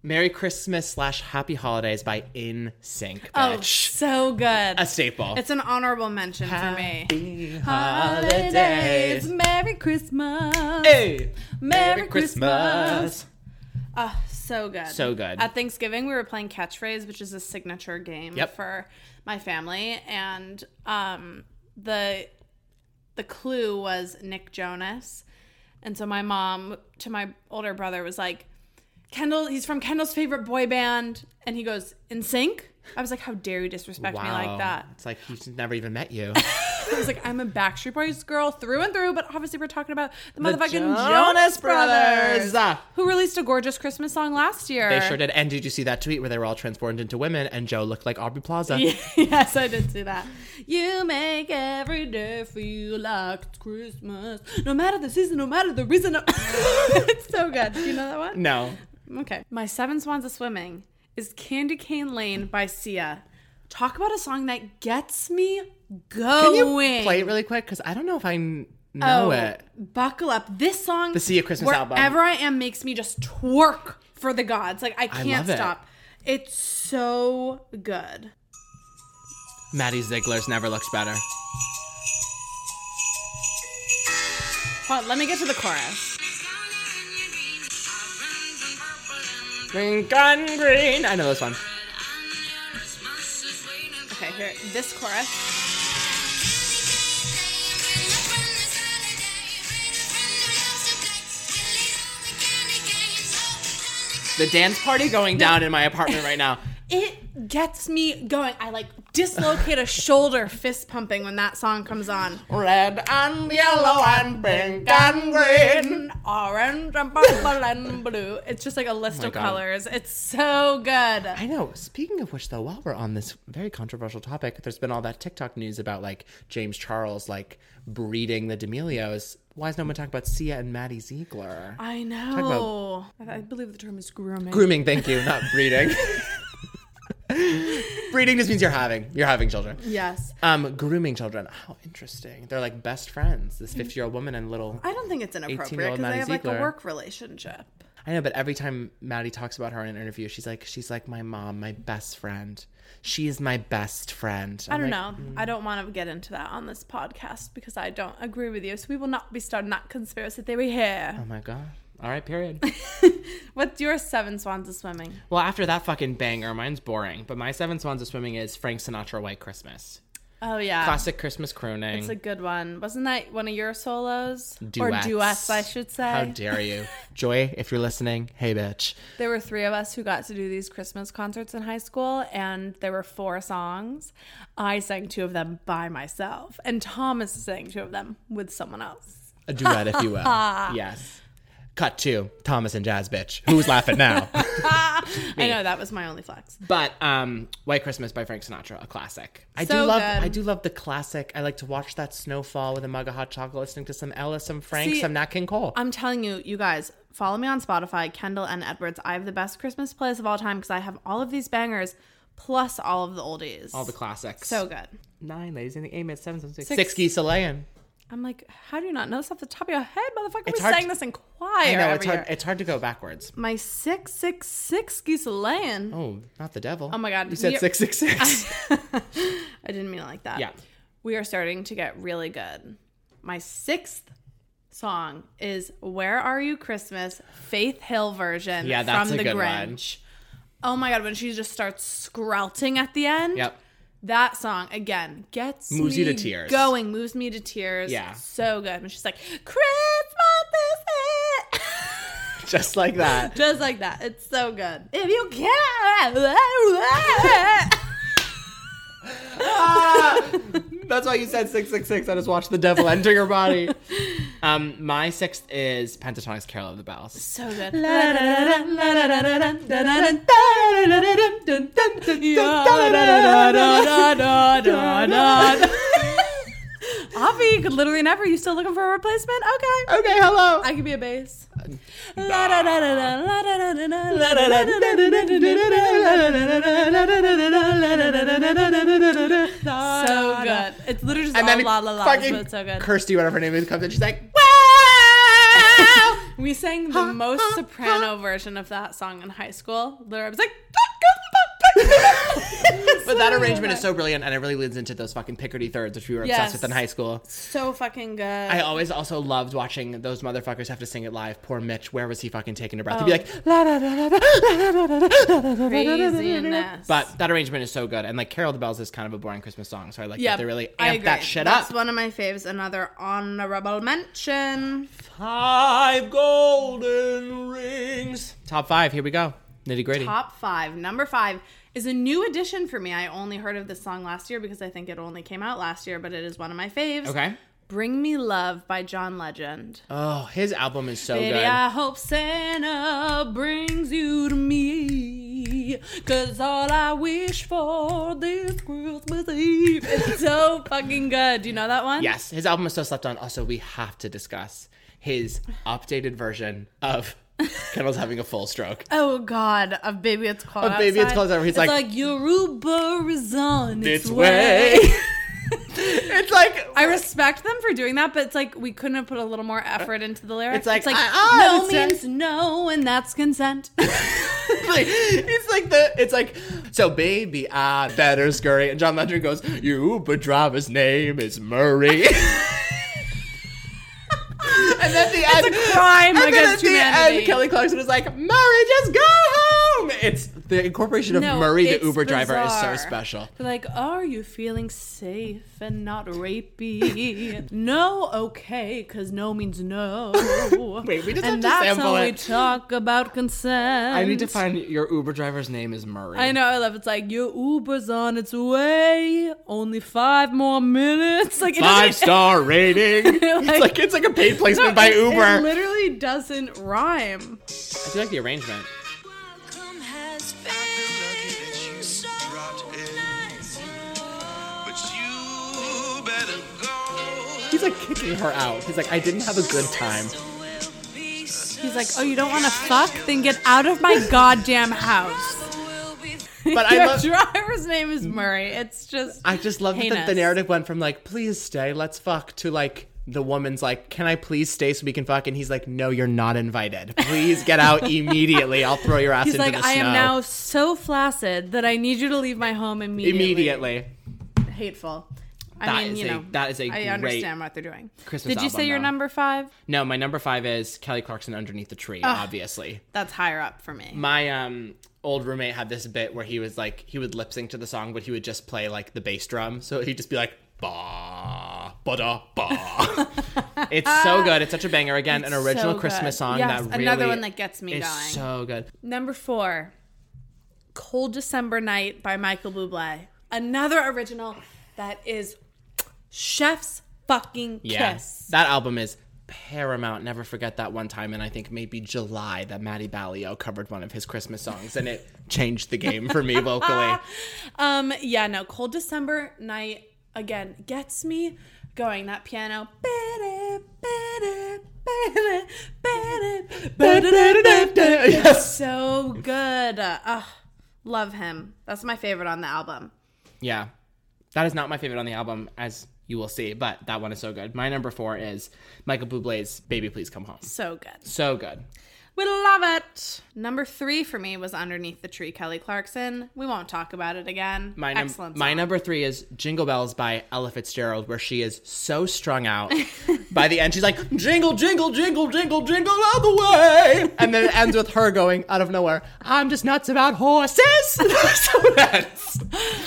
[SPEAKER 3] Merry Christmas slash Happy Holidays by In Sync.
[SPEAKER 2] oh, so good.
[SPEAKER 3] a staple.
[SPEAKER 2] It's an honorable mention for me.
[SPEAKER 3] Happy
[SPEAKER 2] Holidays, Merry Christmas,
[SPEAKER 3] Hey,
[SPEAKER 2] Merry Christmas. Oh, so good.
[SPEAKER 3] So good.
[SPEAKER 2] At Thanksgiving, we were playing Catchphrase, which is a signature game
[SPEAKER 3] Yep.
[SPEAKER 2] for my family, and um, the the clue was Nick Jonas, and so my mom to my older brother was like, "Kendall, he's from Kendall's favorite boy band," and he goes, "In Sync." I was like, "How dare you disrespect me like that?"
[SPEAKER 3] It's like he's never even met you.
[SPEAKER 2] I was like, I'm a Backstreet Boys girl through and through, but obviously we're talking about the motherfucking
[SPEAKER 3] Jonas
[SPEAKER 2] Jonas Brothers,
[SPEAKER 3] Brothers.
[SPEAKER 2] who released a gorgeous Christmas song last year.
[SPEAKER 3] Ah. they sure did. And did you see that tweet where they were all transformed into women and Joe looked like Aubrey Plaza?
[SPEAKER 2] yes, I did see that. You make every day feel like it's Christmas, no matter the season, no matter the reason. no- it's so good. Do you know that one?
[SPEAKER 3] No.
[SPEAKER 2] Okay. My Seven Swans of Swimming is Candy Cane Lane by Sia. Talk about a song that gets me
[SPEAKER 3] Can
[SPEAKER 2] going.
[SPEAKER 3] you play it really quick? Because I don't know if I kn- know it.
[SPEAKER 2] Buckle up. This song,
[SPEAKER 3] The Sea of Christmas
[SPEAKER 2] wherever
[SPEAKER 3] album.
[SPEAKER 2] I am, makes me just twerk for the gods. Like I can't
[SPEAKER 3] love it.
[SPEAKER 2] stop. It's so good.
[SPEAKER 3] Maddie Ziegler's never looks better.
[SPEAKER 2] Hold on, let me get to the chorus.
[SPEAKER 3] Green gun green. I know this one.
[SPEAKER 2] Okay, here, this chorus.
[SPEAKER 3] The dance party going down in my apartment right now.
[SPEAKER 2] It gets me going. I like dislocate a shoulder, fist pumping when that song comes on.
[SPEAKER 3] Red and yellow and pink and green.
[SPEAKER 2] Orange and purple and blue. It's just like a list
[SPEAKER 3] Oh my
[SPEAKER 2] of
[SPEAKER 3] God.
[SPEAKER 2] colors. It's so good.
[SPEAKER 3] I know. Speaking of which, though, while we're on this very controversial topic, there's been all that TikTok news about like James Charles like breeding the D'Amelios. Why is no one talking about Sia and Maddie Ziegler?
[SPEAKER 2] I know.
[SPEAKER 3] about-
[SPEAKER 2] I I believe the term is grooming.
[SPEAKER 3] Grooming, thank you, not breeding. breeding just means you're having you're having children.
[SPEAKER 2] Yes.
[SPEAKER 3] Um, grooming children. How interesting. They're like best friends.
[SPEAKER 2] Mm.
[SPEAKER 3] This 50 year old woman and little.
[SPEAKER 2] I don't think it's inappropriate
[SPEAKER 3] 18-year-old
[SPEAKER 2] because they
[SPEAKER 3] Maddie
[SPEAKER 2] have like a
[SPEAKER 3] Ziegler.
[SPEAKER 2] work relationship.
[SPEAKER 3] I know, but every time Maddie talks about her in an interview, she's like, she's like my mom, my best friend. She is my best friend.
[SPEAKER 2] I don't know.
[SPEAKER 3] mm.
[SPEAKER 2] I don't want to get into that on this podcast because I don't agree with you. So we will not be starting that conspiracy theory here.
[SPEAKER 3] Oh my god. All right, period.
[SPEAKER 2] What's your seven swans of swimming?
[SPEAKER 3] well, after that fucking banger, mine's boring. But my seven swans of swimming is Frank Sinatra White Christmas.
[SPEAKER 2] Oh yeah,
[SPEAKER 3] Classic Christmas crooning.
[SPEAKER 2] It's a good one. Wasn't that one of your solos
[SPEAKER 3] Duets.
[SPEAKER 2] or duets? I should say.
[SPEAKER 3] How dare you. Joy, if you're listening, hey bitch.
[SPEAKER 2] There were three of us who got to do these Christmas concerts in high school, and there were four songs. I sang two of them by myself, and Thomas sang two of them with someone else.
[SPEAKER 3] A duet, if you will. yes. Cut two, Thomas and Jazz bitch. Who's laughing now?
[SPEAKER 2] I know that was my only flex.
[SPEAKER 3] But um, White Christmas by Frank Sinatra, a classic. I do
[SPEAKER 2] So
[SPEAKER 3] love.
[SPEAKER 2] good.
[SPEAKER 3] I do love the classic. I like to watch that snowfall with a mug of hot chocolate, listening to some Ellis, some Frank,
[SPEAKER 2] See,
[SPEAKER 3] some Nat King Cole.
[SPEAKER 2] I'm telling you, you guys, follow me on Spotify, Kendall and Edwards. I have the best Christmas playlist of all time because I have all of these bangers plus all of the oldies.
[SPEAKER 3] All the classics.
[SPEAKER 2] so good.
[SPEAKER 3] nine ladies in the aim at seven, seven, six.
[SPEAKER 2] Six.
[SPEAKER 3] Six geese a laying.
[SPEAKER 2] I'm like, how do you not know this off the top of your head, motherfucker?
[SPEAKER 3] It's
[SPEAKER 2] we
[SPEAKER 3] hard
[SPEAKER 2] sang
[SPEAKER 3] to-
[SPEAKER 2] this in choir.
[SPEAKER 3] I know
[SPEAKER 2] every
[SPEAKER 3] it's hard.
[SPEAKER 2] year.
[SPEAKER 3] It's hard to go backwards.
[SPEAKER 2] My six six six geese laying.
[SPEAKER 3] Oh, not the devil. Oh
[SPEAKER 2] my God,
[SPEAKER 3] You said
[SPEAKER 2] we-
[SPEAKER 3] six six six.
[SPEAKER 2] I didn't mean it like that.
[SPEAKER 3] Yeah.
[SPEAKER 2] We are starting to get really good. My sixth song is Where Are You Christmas? Faith Hill version
[SPEAKER 3] Yeah, that's
[SPEAKER 2] from
[SPEAKER 3] a
[SPEAKER 2] The
[SPEAKER 3] good one.
[SPEAKER 2] Grinch. Oh my god, when she just starts scrouting at the end.
[SPEAKER 3] Yep.
[SPEAKER 2] That song again gets
[SPEAKER 3] Moves
[SPEAKER 2] me
[SPEAKER 3] you to tears.
[SPEAKER 2] Going moves me to tears.
[SPEAKER 3] Yeah.
[SPEAKER 2] So good. And she's like, Christmas is it.
[SPEAKER 3] Just like that.
[SPEAKER 2] Just like that. It's so good. If you care.
[SPEAKER 3] Ah, That's why you said 666. I just watched the devil enter your body. Um, my sixth is Pentatonic's Carol of the Bells.
[SPEAKER 2] So good. Avi could literally never. You still looking for a replacement? Okay.
[SPEAKER 3] Okay, hello.
[SPEAKER 2] I could be a bass. So good. It's literally just
[SPEAKER 3] And
[SPEAKER 2] all
[SPEAKER 3] then
[SPEAKER 2] la la la, but
[SPEAKER 3] fucking
[SPEAKER 2] it's so good.
[SPEAKER 3] Kirsty, whatever her name is, comes in. She's like,
[SPEAKER 2] We sang the most soprano version of that song in high school. Literally, I was like,
[SPEAKER 3] but that arrangement is so brilliant, and it really leads into those fucking Picardy thirds, which we were
[SPEAKER 2] Yes.
[SPEAKER 3] obsessed with in high school.
[SPEAKER 2] so fucking good.
[SPEAKER 3] I always also loved watching those motherfuckers have to sing it live. Poor Mitch, where was he fucking taking a breath?
[SPEAKER 2] Oh.
[SPEAKER 3] He'd be like, la da da da da da da da da da da
[SPEAKER 2] Craziness.
[SPEAKER 3] But that arrangement is so good, and like "Carol of the Bells" is kind of a boring Christmas song, so I like
[SPEAKER 2] yeah,
[SPEAKER 3] that they really
[SPEAKER 2] I
[SPEAKER 3] amp that
[SPEAKER 2] agree.
[SPEAKER 3] shit
[SPEAKER 2] That's
[SPEAKER 3] up.
[SPEAKER 2] one of my faves. Another honorable mention.
[SPEAKER 3] Five golden rings. Top five. Here we go. Nitty gritty.
[SPEAKER 2] Top five. Number five is a new addition for me. I only heard of this song last year because I think it only came out last year, but it is one of my faves.
[SPEAKER 3] Okay.
[SPEAKER 2] Bring Me Love by John Legend.
[SPEAKER 3] Oh, his album is so
[SPEAKER 2] Baby,
[SPEAKER 3] good.
[SPEAKER 2] I hope Santa brings you to me. Cause all I wish for this Christmas Eve. It's so fucking good. Do you know that one?
[SPEAKER 3] Yes, his album is so slept on. Also, we have to discuss his updated version of Kendall's having a full stroke.
[SPEAKER 2] Oh God, a baby it's called.
[SPEAKER 3] A Baby It's
[SPEAKER 2] Outside.
[SPEAKER 3] Cold Outside. He's
[SPEAKER 2] it's
[SPEAKER 3] like,
[SPEAKER 2] your Uber is on its,
[SPEAKER 3] Its
[SPEAKER 2] way.
[SPEAKER 3] way. It's like
[SPEAKER 2] I respect them for doing that, but it's like we couldn't have put a little more effort into the lyrics.
[SPEAKER 3] It's like,
[SPEAKER 2] it's like
[SPEAKER 3] I- I
[SPEAKER 2] no
[SPEAKER 3] understand.
[SPEAKER 2] means no, and that's consent.
[SPEAKER 3] like, it's like the it's like so baby I better scurry and John Legend goes your Uber driver's name is Murray and then the end
[SPEAKER 2] Crime
[SPEAKER 3] and then at
[SPEAKER 2] against
[SPEAKER 3] the
[SPEAKER 2] humanity.
[SPEAKER 3] end Kelly Clarkson is like Murray just go home it's the incorporation of
[SPEAKER 2] No,
[SPEAKER 3] Murray the
[SPEAKER 2] it's
[SPEAKER 3] Uber driver is so
[SPEAKER 2] bizarre.
[SPEAKER 3] special
[SPEAKER 2] They're like, are you feeling safe and not rapey? no, okay, because no means no.
[SPEAKER 3] Wait, we
[SPEAKER 2] and
[SPEAKER 3] just have to
[SPEAKER 2] that's how
[SPEAKER 3] sample it.
[SPEAKER 2] we talk about consent.
[SPEAKER 3] I need to find your Uber driver's name is Murray
[SPEAKER 2] I know, I love it. It's like your Uber's on its way. Only five more minutes. Like it doesn't-
[SPEAKER 3] five star rating it's like it's like a paid
[SPEAKER 2] No,
[SPEAKER 3] placement by
[SPEAKER 2] it- It
[SPEAKER 3] Uber
[SPEAKER 2] literally doesn't rhyme.
[SPEAKER 3] I do like the arrangement
[SPEAKER 4] Welcome has been so nice.
[SPEAKER 5] But you better go.
[SPEAKER 3] he's like kicking her out he's like I didn't have a good time
[SPEAKER 2] He's like, oh, you don't want to fuck? Then get out of my goddamn house.
[SPEAKER 3] but
[SPEAKER 2] Your
[SPEAKER 3] I love
[SPEAKER 2] driver's name is Murray. It's just
[SPEAKER 3] I just love that the-
[SPEAKER 2] Heinous.
[SPEAKER 3] the narrative went from like, please stay, let's fuck, to like, the woman's like, can I please stay so we can fuck? And he's like, no, you're not invited. Please get out immediately. I'll throw your ass
[SPEAKER 2] He's
[SPEAKER 3] into
[SPEAKER 2] like,
[SPEAKER 3] the snow.
[SPEAKER 2] I am now so flaccid that I need you to leave my home immediately.
[SPEAKER 3] immediately.
[SPEAKER 2] Hateful. I
[SPEAKER 3] That
[SPEAKER 2] mean,
[SPEAKER 3] is
[SPEAKER 2] you
[SPEAKER 3] a-
[SPEAKER 2] know,
[SPEAKER 3] that is a
[SPEAKER 2] I
[SPEAKER 3] great
[SPEAKER 2] understand what they're doing.
[SPEAKER 3] Christmas
[SPEAKER 2] Did you
[SPEAKER 3] album,
[SPEAKER 2] say your
[SPEAKER 3] though.
[SPEAKER 2] number five?
[SPEAKER 3] No, my number five is Kelly Clarkson underneath the tree, obviously.
[SPEAKER 2] That's higher up for me.
[SPEAKER 3] My um old roommate had this bit where he was like he would lip sync to the song, but he would just play like the bass drum. So he'd just be like ba ba da ba. it's so good. It's such a banger. Again, an
[SPEAKER 2] It's
[SPEAKER 3] original
[SPEAKER 2] so
[SPEAKER 3] Christmas
[SPEAKER 2] good.
[SPEAKER 3] song
[SPEAKER 2] Yes,
[SPEAKER 3] that really
[SPEAKER 2] another one that gets me
[SPEAKER 3] is
[SPEAKER 2] going.
[SPEAKER 3] so good.
[SPEAKER 2] Number four, Cold December Night by Michael Bublé. Another original that is chef's fucking kiss.
[SPEAKER 3] That album is paramount. Never forget that one time, and I think maybe July that Matty Balio covered one of his Christmas songs, and it changed the game for me vocally.
[SPEAKER 2] Um, yeah, no, Cold December Night again gets me going. That piano.
[SPEAKER 3] Yes.
[SPEAKER 2] So good. Ugh, love him. That's my favorite on the album.
[SPEAKER 3] Yeah. That is not my favorite on the album, as you will see, but that one is so good. My number four is Michael Bublé's "Baby Please Come Home."
[SPEAKER 2] So good.
[SPEAKER 3] So good.
[SPEAKER 2] We love it. Number three for me was Underneath the Tree, Kelly Clarkson. We won't talk about it again.
[SPEAKER 3] My, num-
[SPEAKER 2] Excellent.
[SPEAKER 3] my
[SPEAKER 2] song.
[SPEAKER 3] number three is Jingle Bells by Ella Fitzgerald, where she is so strung out. by the end, she's like, Jingle, jingle, jingle, jingle, jingle all the way. And then it ends with her going out of nowhere, I'm just nuts about horses. so nuts.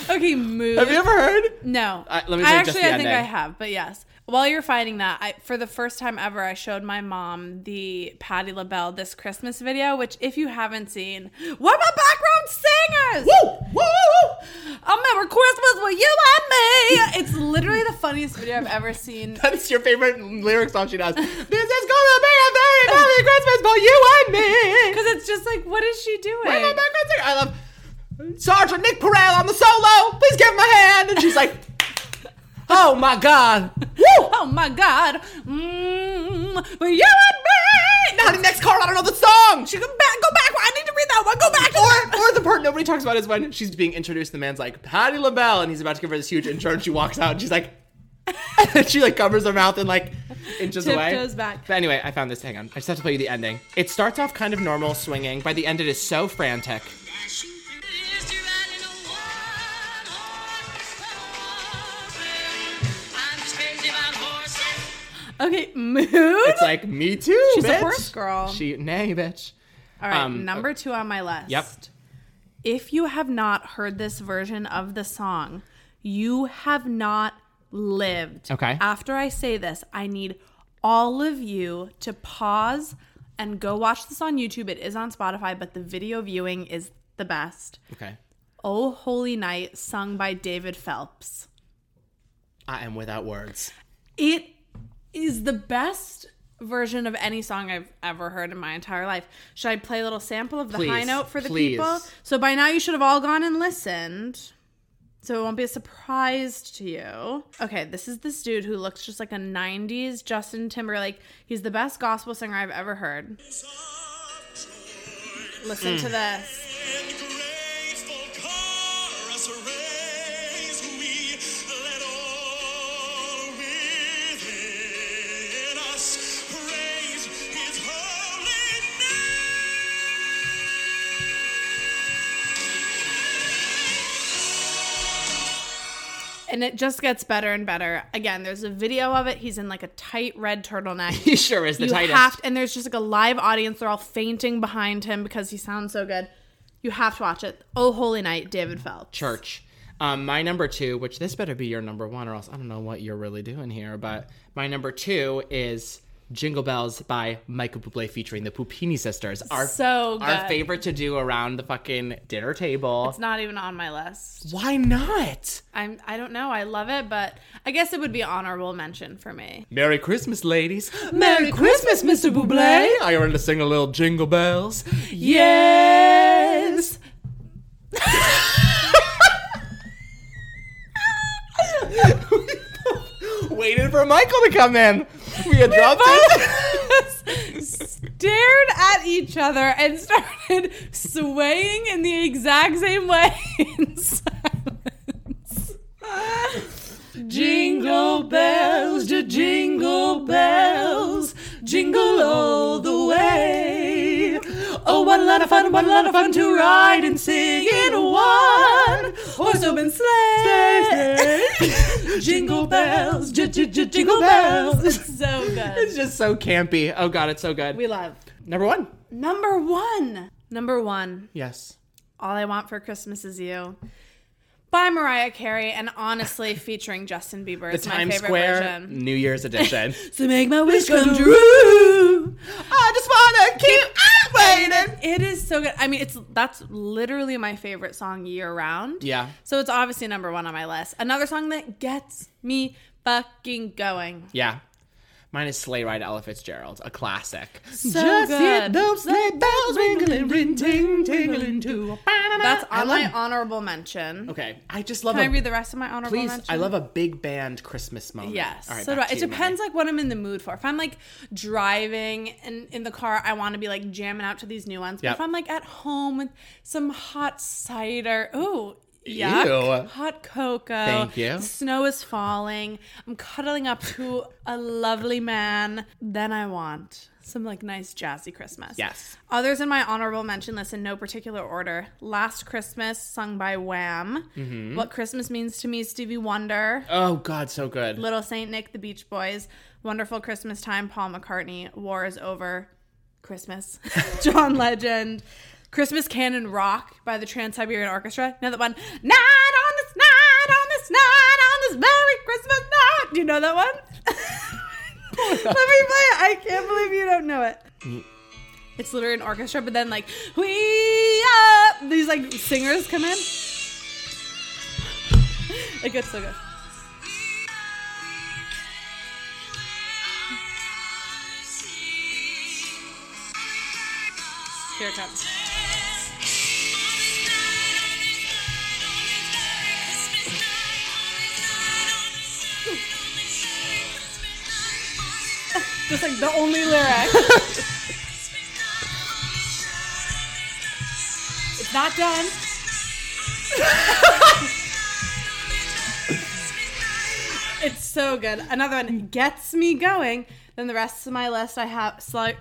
[SPEAKER 2] Okay, move.
[SPEAKER 3] Have you ever heard?
[SPEAKER 2] No.
[SPEAKER 3] I- let me
[SPEAKER 2] I
[SPEAKER 3] play
[SPEAKER 2] actually
[SPEAKER 3] just
[SPEAKER 2] I
[SPEAKER 3] the
[SPEAKER 2] think I
[SPEAKER 3] ending.
[SPEAKER 2] have, but yes. While you're finding that, I for the first time ever I showed my mom the Patti LaBelle this Christmas video, which if you haven't seen, what my background singers. I'll remember Christmas with you and me. It's literally the funniest video I've ever seen.
[SPEAKER 3] That's your favorite lyric song she does. this is gonna be a very happy Christmas for you and me.
[SPEAKER 2] Because it's just like, what is she doing?
[SPEAKER 3] Where my background singer? I love Sergeant Nick Perrell on the solo. Please give him a hand. And she's like, Oh my God. Woo!
[SPEAKER 2] oh my god. Mm, but you and me.
[SPEAKER 3] Now the next card, I don't know the song. She
[SPEAKER 2] Go back, go back. I need to read that one. Go back.
[SPEAKER 3] or, or the part nobody talks about is when she's being introduced. The man's like Patty LaBelle, and he's about to give her this huge intro, and she walks out, and she's like, and then she like covers her mouth and like inches away.
[SPEAKER 2] Tiptoes back.
[SPEAKER 3] But anyway, I found this. Hang on, I just have to play you the ending. It starts off kind of normal, swinging. By the end, it is so frantic.
[SPEAKER 2] Okay, mood.
[SPEAKER 3] It's like me too.
[SPEAKER 2] She's a
[SPEAKER 3] bitch."
[SPEAKER 2] horse girl.
[SPEAKER 3] She nay, bitch.
[SPEAKER 2] All right,
[SPEAKER 3] um,
[SPEAKER 2] number two on my list.
[SPEAKER 3] Yep.
[SPEAKER 2] If you have not heard this version of the song, you have not lived.
[SPEAKER 3] Okay.
[SPEAKER 2] After I say this, I need all of you to pause and go watch this on YouTube. It is on Spotify, but the video viewing is the best.
[SPEAKER 3] Okay.
[SPEAKER 2] Oh Holy Night, sung by David Phelps.
[SPEAKER 3] I am without words.
[SPEAKER 2] It is the best version of any song I've ever heard in my entire life. Should I play a little sample of the high
[SPEAKER 3] Please,
[SPEAKER 2] note for the
[SPEAKER 3] please.
[SPEAKER 2] people? So by now you should have all gone and listened. So it won't be a surprise to you. Okay, this is this dude who looks just like a 90s Justin Timberlake. He's the best gospel singer I've ever heard. Listen
[SPEAKER 3] Hmm.
[SPEAKER 2] to this. And it just gets better and better. Again, there's a video of it. He's in like a tight red turtleneck.
[SPEAKER 3] He sure is the
[SPEAKER 2] you
[SPEAKER 3] tightest.
[SPEAKER 2] have to, and there's just like a live audience. They're all fainting behind him because he sounds so good. You have to watch it. Oh, holy night, David Phelps.
[SPEAKER 3] church. Um, my number two, which this better be your number one, or else I don't know what you're really doing here. But my number two is "Jingle Bells" by Michael Bublé featuring the Pupini Sisters. Our
[SPEAKER 2] So
[SPEAKER 3] our
[SPEAKER 2] good.
[SPEAKER 3] favorite to do around the fucking dinner table.
[SPEAKER 2] It's not even on my list.
[SPEAKER 3] Why not?
[SPEAKER 2] I'm. I don't know. I love it, but I guess it would be honorable mention for me.
[SPEAKER 3] Merry Christmas, ladies.
[SPEAKER 2] Merry Christmas, Mr. Bublé.
[SPEAKER 3] Are you ready to sing a little "Jingle Bells"?
[SPEAKER 2] Yes.
[SPEAKER 3] Waited for Michael to come in. We had dropped it.
[SPEAKER 2] Stared at each other and started swaying in the exact same way in silence. Jingle bells, to jingle bells, jingle all the way. Oh, what a lot of fun, what a lot of fun to ride and sing in one horse open sleigh. jingle bells, j- j- j- jingle bells. It's so good.
[SPEAKER 3] It's just so campy. Oh god, it's so good.
[SPEAKER 2] We love.
[SPEAKER 3] number one.
[SPEAKER 2] Number one. Number one.
[SPEAKER 3] Yes.
[SPEAKER 2] All I Want for Christmas Is You by Mariah Carey and honestly featuring Justin Bieber
[SPEAKER 3] The
[SPEAKER 2] is my
[SPEAKER 3] Times
[SPEAKER 2] favorite
[SPEAKER 3] Square
[SPEAKER 2] version.
[SPEAKER 3] New Year's edition.
[SPEAKER 2] To make my wish come
[SPEAKER 3] Drew. I just wanna keep on waiting.
[SPEAKER 2] It is so good. I mean, it's that's literally my favorite song year round.
[SPEAKER 3] Yeah.
[SPEAKER 2] So it's obviously number one on my list. Another song that gets me fucking going.
[SPEAKER 3] Yeah. Mine is Sleigh Ride Ella Fitzgerald, a classic.
[SPEAKER 2] So
[SPEAKER 3] just hear
[SPEAKER 2] good.
[SPEAKER 3] those sleigh bells ringling, ring, ting, tingling too.
[SPEAKER 2] That's
[SPEAKER 3] I
[SPEAKER 2] on
[SPEAKER 3] love-
[SPEAKER 2] my honorable mention.
[SPEAKER 3] Okay, I just love.
[SPEAKER 2] Can I
[SPEAKER 3] a-
[SPEAKER 2] read the rest of my honorable
[SPEAKER 3] Please,
[SPEAKER 2] mention?
[SPEAKER 3] I love a big band Christmas moment.
[SPEAKER 2] Yes.
[SPEAKER 3] All right,
[SPEAKER 2] so do I.
[SPEAKER 3] back
[SPEAKER 2] It
[SPEAKER 3] to you,
[SPEAKER 2] depends
[SPEAKER 3] Maddie.
[SPEAKER 2] like what I'm in the mood for. If I'm like driving and in the car, I want to be like jamming out to these new ones. But
[SPEAKER 3] Yep.
[SPEAKER 2] if I'm like at home with some hot cider, ooh.
[SPEAKER 3] Ew.
[SPEAKER 2] Yeah, hot cocoa.
[SPEAKER 3] Thank you.
[SPEAKER 2] The snow is falling. I'm cuddling up to a lovely man. Then I want some like nice jazzy Christmas.
[SPEAKER 3] Yes.
[SPEAKER 2] Others in my honorable mention list in no particular order: "Last Christmas," sung by Wham.
[SPEAKER 3] Mm-hmm.
[SPEAKER 2] "What Christmas Means to Me," Stevie Wonder.
[SPEAKER 3] Oh God, so good.
[SPEAKER 2] Little Saint Nick, The Beach Boys, Wonderful Christmas Time, Paul McCartney, War is Over, Christmas, John Legend, Christmas Canon Rock by the Trans Siberian Orchestra. Now that one, Night on this night, on this night, on this Merry Christmas night. Do you know that one? Let me play it. I can't believe you don't know it. It's literally an orchestra, but then like we up these like singers come in. It gets so good. Here it comes. Just like the only lyric. it's not done. it's so good. Another one gets me going. Then the rest of my list, I have Sly,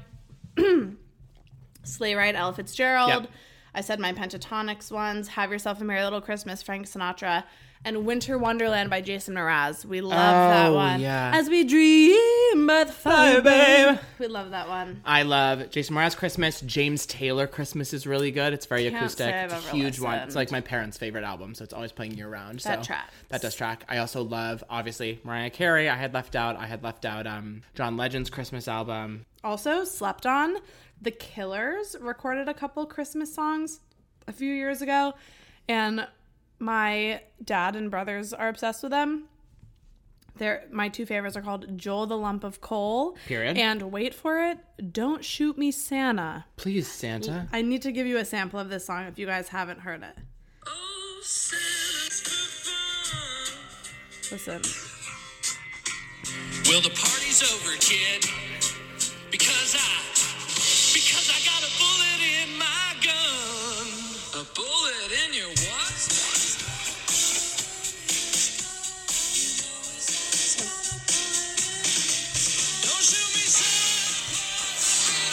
[SPEAKER 2] Sleigh Ride, Ella Fitzgerald.
[SPEAKER 3] Yep.
[SPEAKER 2] I said my pentatonics ones. Have Yourself a Merry Little Christmas, Frank Sinatra. And Winter Wonderland by Jason Mraz. We love that
[SPEAKER 3] Oh,
[SPEAKER 2] one.
[SPEAKER 3] yeah.
[SPEAKER 2] As we dream by the fire,
[SPEAKER 3] Fire, babe.
[SPEAKER 2] babe. We love that one.
[SPEAKER 3] I love Jason Mraz Christmas. James Taylor Christmas is really good. It's very
[SPEAKER 2] Can't
[SPEAKER 3] acoustic.
[SPEAKER 2] say I've
[SPEAKER 3] It's a
[SPEAKER 2] ever
[SPEAKER 3] huge one. It's
[SPEAKER 2] listened.
[SPEAKER 3] like my parents' favorite album, so it's always playing year round.
[SPEAKER 2] That
[SPEAKER 3] so
[SPEAKER 2] tracks.
[SPEAKER 3] That does track. I also love, obviously, Mariah Carey. I had left out. I had left out um, John Legend's Christmas album.
[SPEAKER 2] Also, slept on. The Killers recorded a couple Christmas songs a few years ago, and my dad and brothers are obsessed with them. They're, my two favorites are called Joel the Lump of Coal
[SPEAKER 3] Period.
[SPEAKER 2] and wait for it, Don't Shoot Me Santa.
[SPEAKER 3] Please, Santa.
[SPEAKER 2] I need to give you a sample of this song if you guys haven't heard it.
[SPEAKER 5] Oh,
[SPEAKER 2] Listen.
[SPEAKER 5] Well, the party's over, kid. Because I, because I got a bullet in my gun. A bullet in your what? Don't shoot me, son.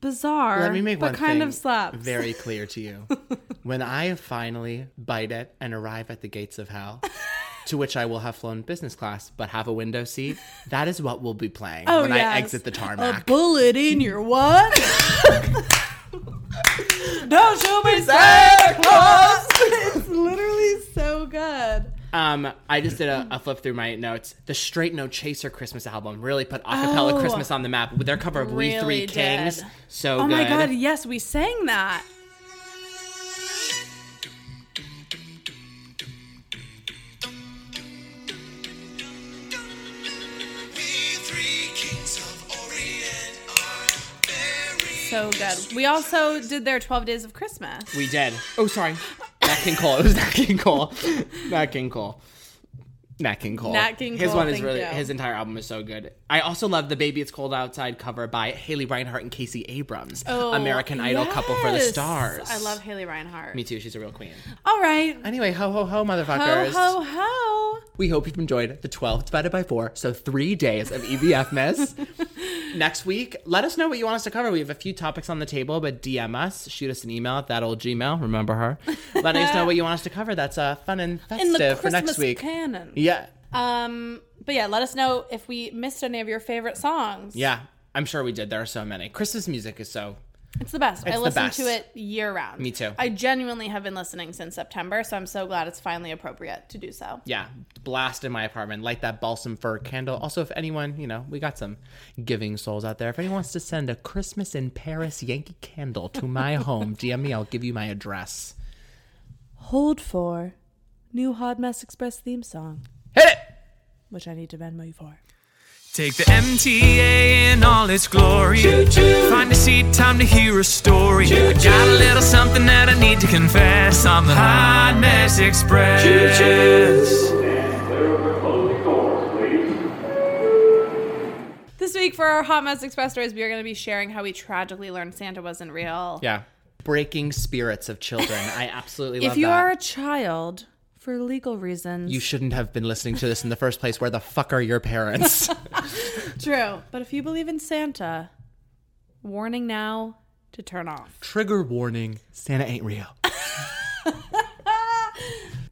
[SPEAKER 2] Bizarre.
[SPEAKER 3] Let me make
[SPEAKER 2] but
[SPEAKER 3] one
[SPEAKER 2] kind
[SPEAKER 3] thing
[SPEAKER 2] of slaps.
[SPEAKER 3] very clear to you. when I finally bite it and arrive at the gates of hell, to which I will have flown business class but have a window seat, that is what will be playing
[SPEAKER 2] Oh,
[SPEAKER 3] when
[SPEAKER 2] yes. Oh,
[SPEAKER 3] I exit the
[SPEAKER 2] A
[SPEAKER 3] tarmac.
[SPEAKER 2] bullet in your what? Don't shoot me
[SPEAKER 3] Santa Claus!
[SPEAKER 2] it's literally so good.
[SPEAKER 3] Um, I just did a, a flip through my notes. The Straight No Chaser Christmas album really put acapella
[SPEAKER 2] Oh.
[SPEAKER 3] Christmas on the map with their cover of We
[SPEAKER 2] Really
[SPEAKER 3] Three Kings.
[SPEAKER 2] did.
[SPEAKER 3] So
[SPEAKER 2] Oh
[SPEAKER 3] good.
[SPEAKER 2] my god, yes, we sang that. So good. We also did their 12 Days of Christmas.
[SPEAKER 3] We did. Oh, sorry. Nat King Cole. It was Nat King Cole. Nat King Cole. Nat King Cole.
[SPEAKER 2] Nat King
[SPEAKER 3] His
[SPEAKER 2] Cole,
[SPEAKER 3] one is
[SPEAKER 2] thank
[SPEAKER 3] really.
[SPEAKER 2] you.
[SPEAKER 3] His entire album is so good. I also love the "Baby It's Cold Outside" cover by Haley Reinhart and Casey Abrams.
[SPEAKER 2] Oh,
[SPEAKER 3] American Idol couple for the
[SPEAKER 2] yes.
[SPEAKER 3] stars.
[SPEAKER 2] I love Haley Reinhart.
[SPEAKER 3] Me too. She's a real queen.
[SPEAKER 2] All right.
[SPEAKER 3] Anyway, ho ho
[SPEAKER 2] Ho
[SPEAKER 3] ho, motherfuckers.
[SPEAKER 2] ho ho.
[SPEAKER 3] We hope you've enjoyed the 12 divided by 4, so three days of EBF mess. Next week, let us know what you want us to cover. We have a few topics on the table, but DM us, shoot us an email at that old Gmail. Remember her. Let us know what you want us to cover. That's uh, fun and
[SPEAKER 2] In the
[SPEAKER 3] festive for next
[SPEAKER 2] Christmas
[SPEAKER 3] week.
[SPEAKER 2] canon.
[SPEAKER 3] yeah.
[SPEAKER 2] Um, but yeah, let us know if we missed any of your favorite songs.
[SPEAKER 3] Yeah. I'm sure we did. There are so many. Christmas music is so.
[SPEAKER 2] It's the best. I
[SPEAKER 3] the
[SPEAKER 2] listen
[SPEAKER 3] best.
[SPEAKER 2] to it year round.
[SPEAKER 3] Me too.
[SPEAKER 2] I genuinely have been listening since September, so I'm so glad it's finally appropriate to do so.
[SPEAKER 3] Yeah, blast in my apartment. Light that balsam fir candle. Also, if anyone, you know, we got some giving souls out there. If anyone wants to send a Christmas in Paris Yankee candle to my home, DM me. I'll give you my address.
[SPEAKER 2] Hold for new Hot Mess Express theme song,
[SPEAKER 3] Hit it!
[SPEAKER 2] which I need to Venmo you for.
[SPEAKER 1] Take the MTA in all its glory. Find a seat, time to hear a story. I got a little something that I need to confess. I'm the Hot Mess Express.
[SPEAKER 6] Clear for closing doors, please.
[SPEAKER 2] This week for our Hot Mess Express stories, we are going to be sharing how we tragically learned Santa wasn't real.
[SPEAKER 3] Yeah. Breaking spirits of children. I absolutely love
[SPEAKER 2] If you
[SPEAKER 3] that.
[SPEAKER 2] are a child, for legal reasons,
[SPEAKER 3] you shouldn't have been listening to this in the first place. Where the fuck are your parents?
[SPEAKER 2] true. But if you believe in Santa, warning now to turn off.
[SPEAKER 3] Trigger warning Santa ain't real.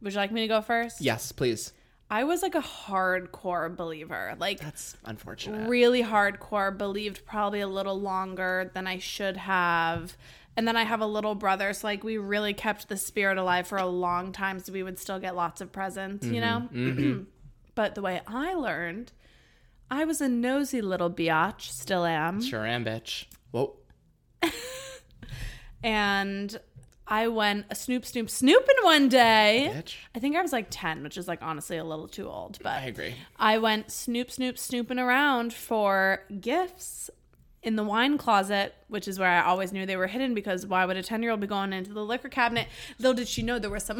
[SPEAKER 2] Would you like me to go first?
[SPEAKER 3] Yes, please.
[SPEAKER 2] I was like a hardcore believer. Like
[SPEAKER 3] That's unfortunate.
[SPEAKER 2] really hardcore, believed probably a little longer than I should have. And then I have a little brother, so like we really kept the spirit alive for a long time, so we would still get lots of presents, you know?
[SPEAKER 3] Mm-hmm.
[SPEAKER 2] but the way I learned, I was a nosy little biatch, still am.
[SPEAKER 3] Sure am, bitch. Whoa.
[SPEAKER 2] And I went a snoop, snoop, snooping one day.
[SPEAKER 3] Bitch.
[SPEAKER 2] I think I was like 10, which is like honestly a little too old, but
[SPEAKER 3] I agree.
[SPEAKER 2] I went snoop, snoop, snooping around for gifts in the wine closet, which is where I always knew they were hidden because why would a 10 year old be going into the liquor cabinet? Little did she know there were some.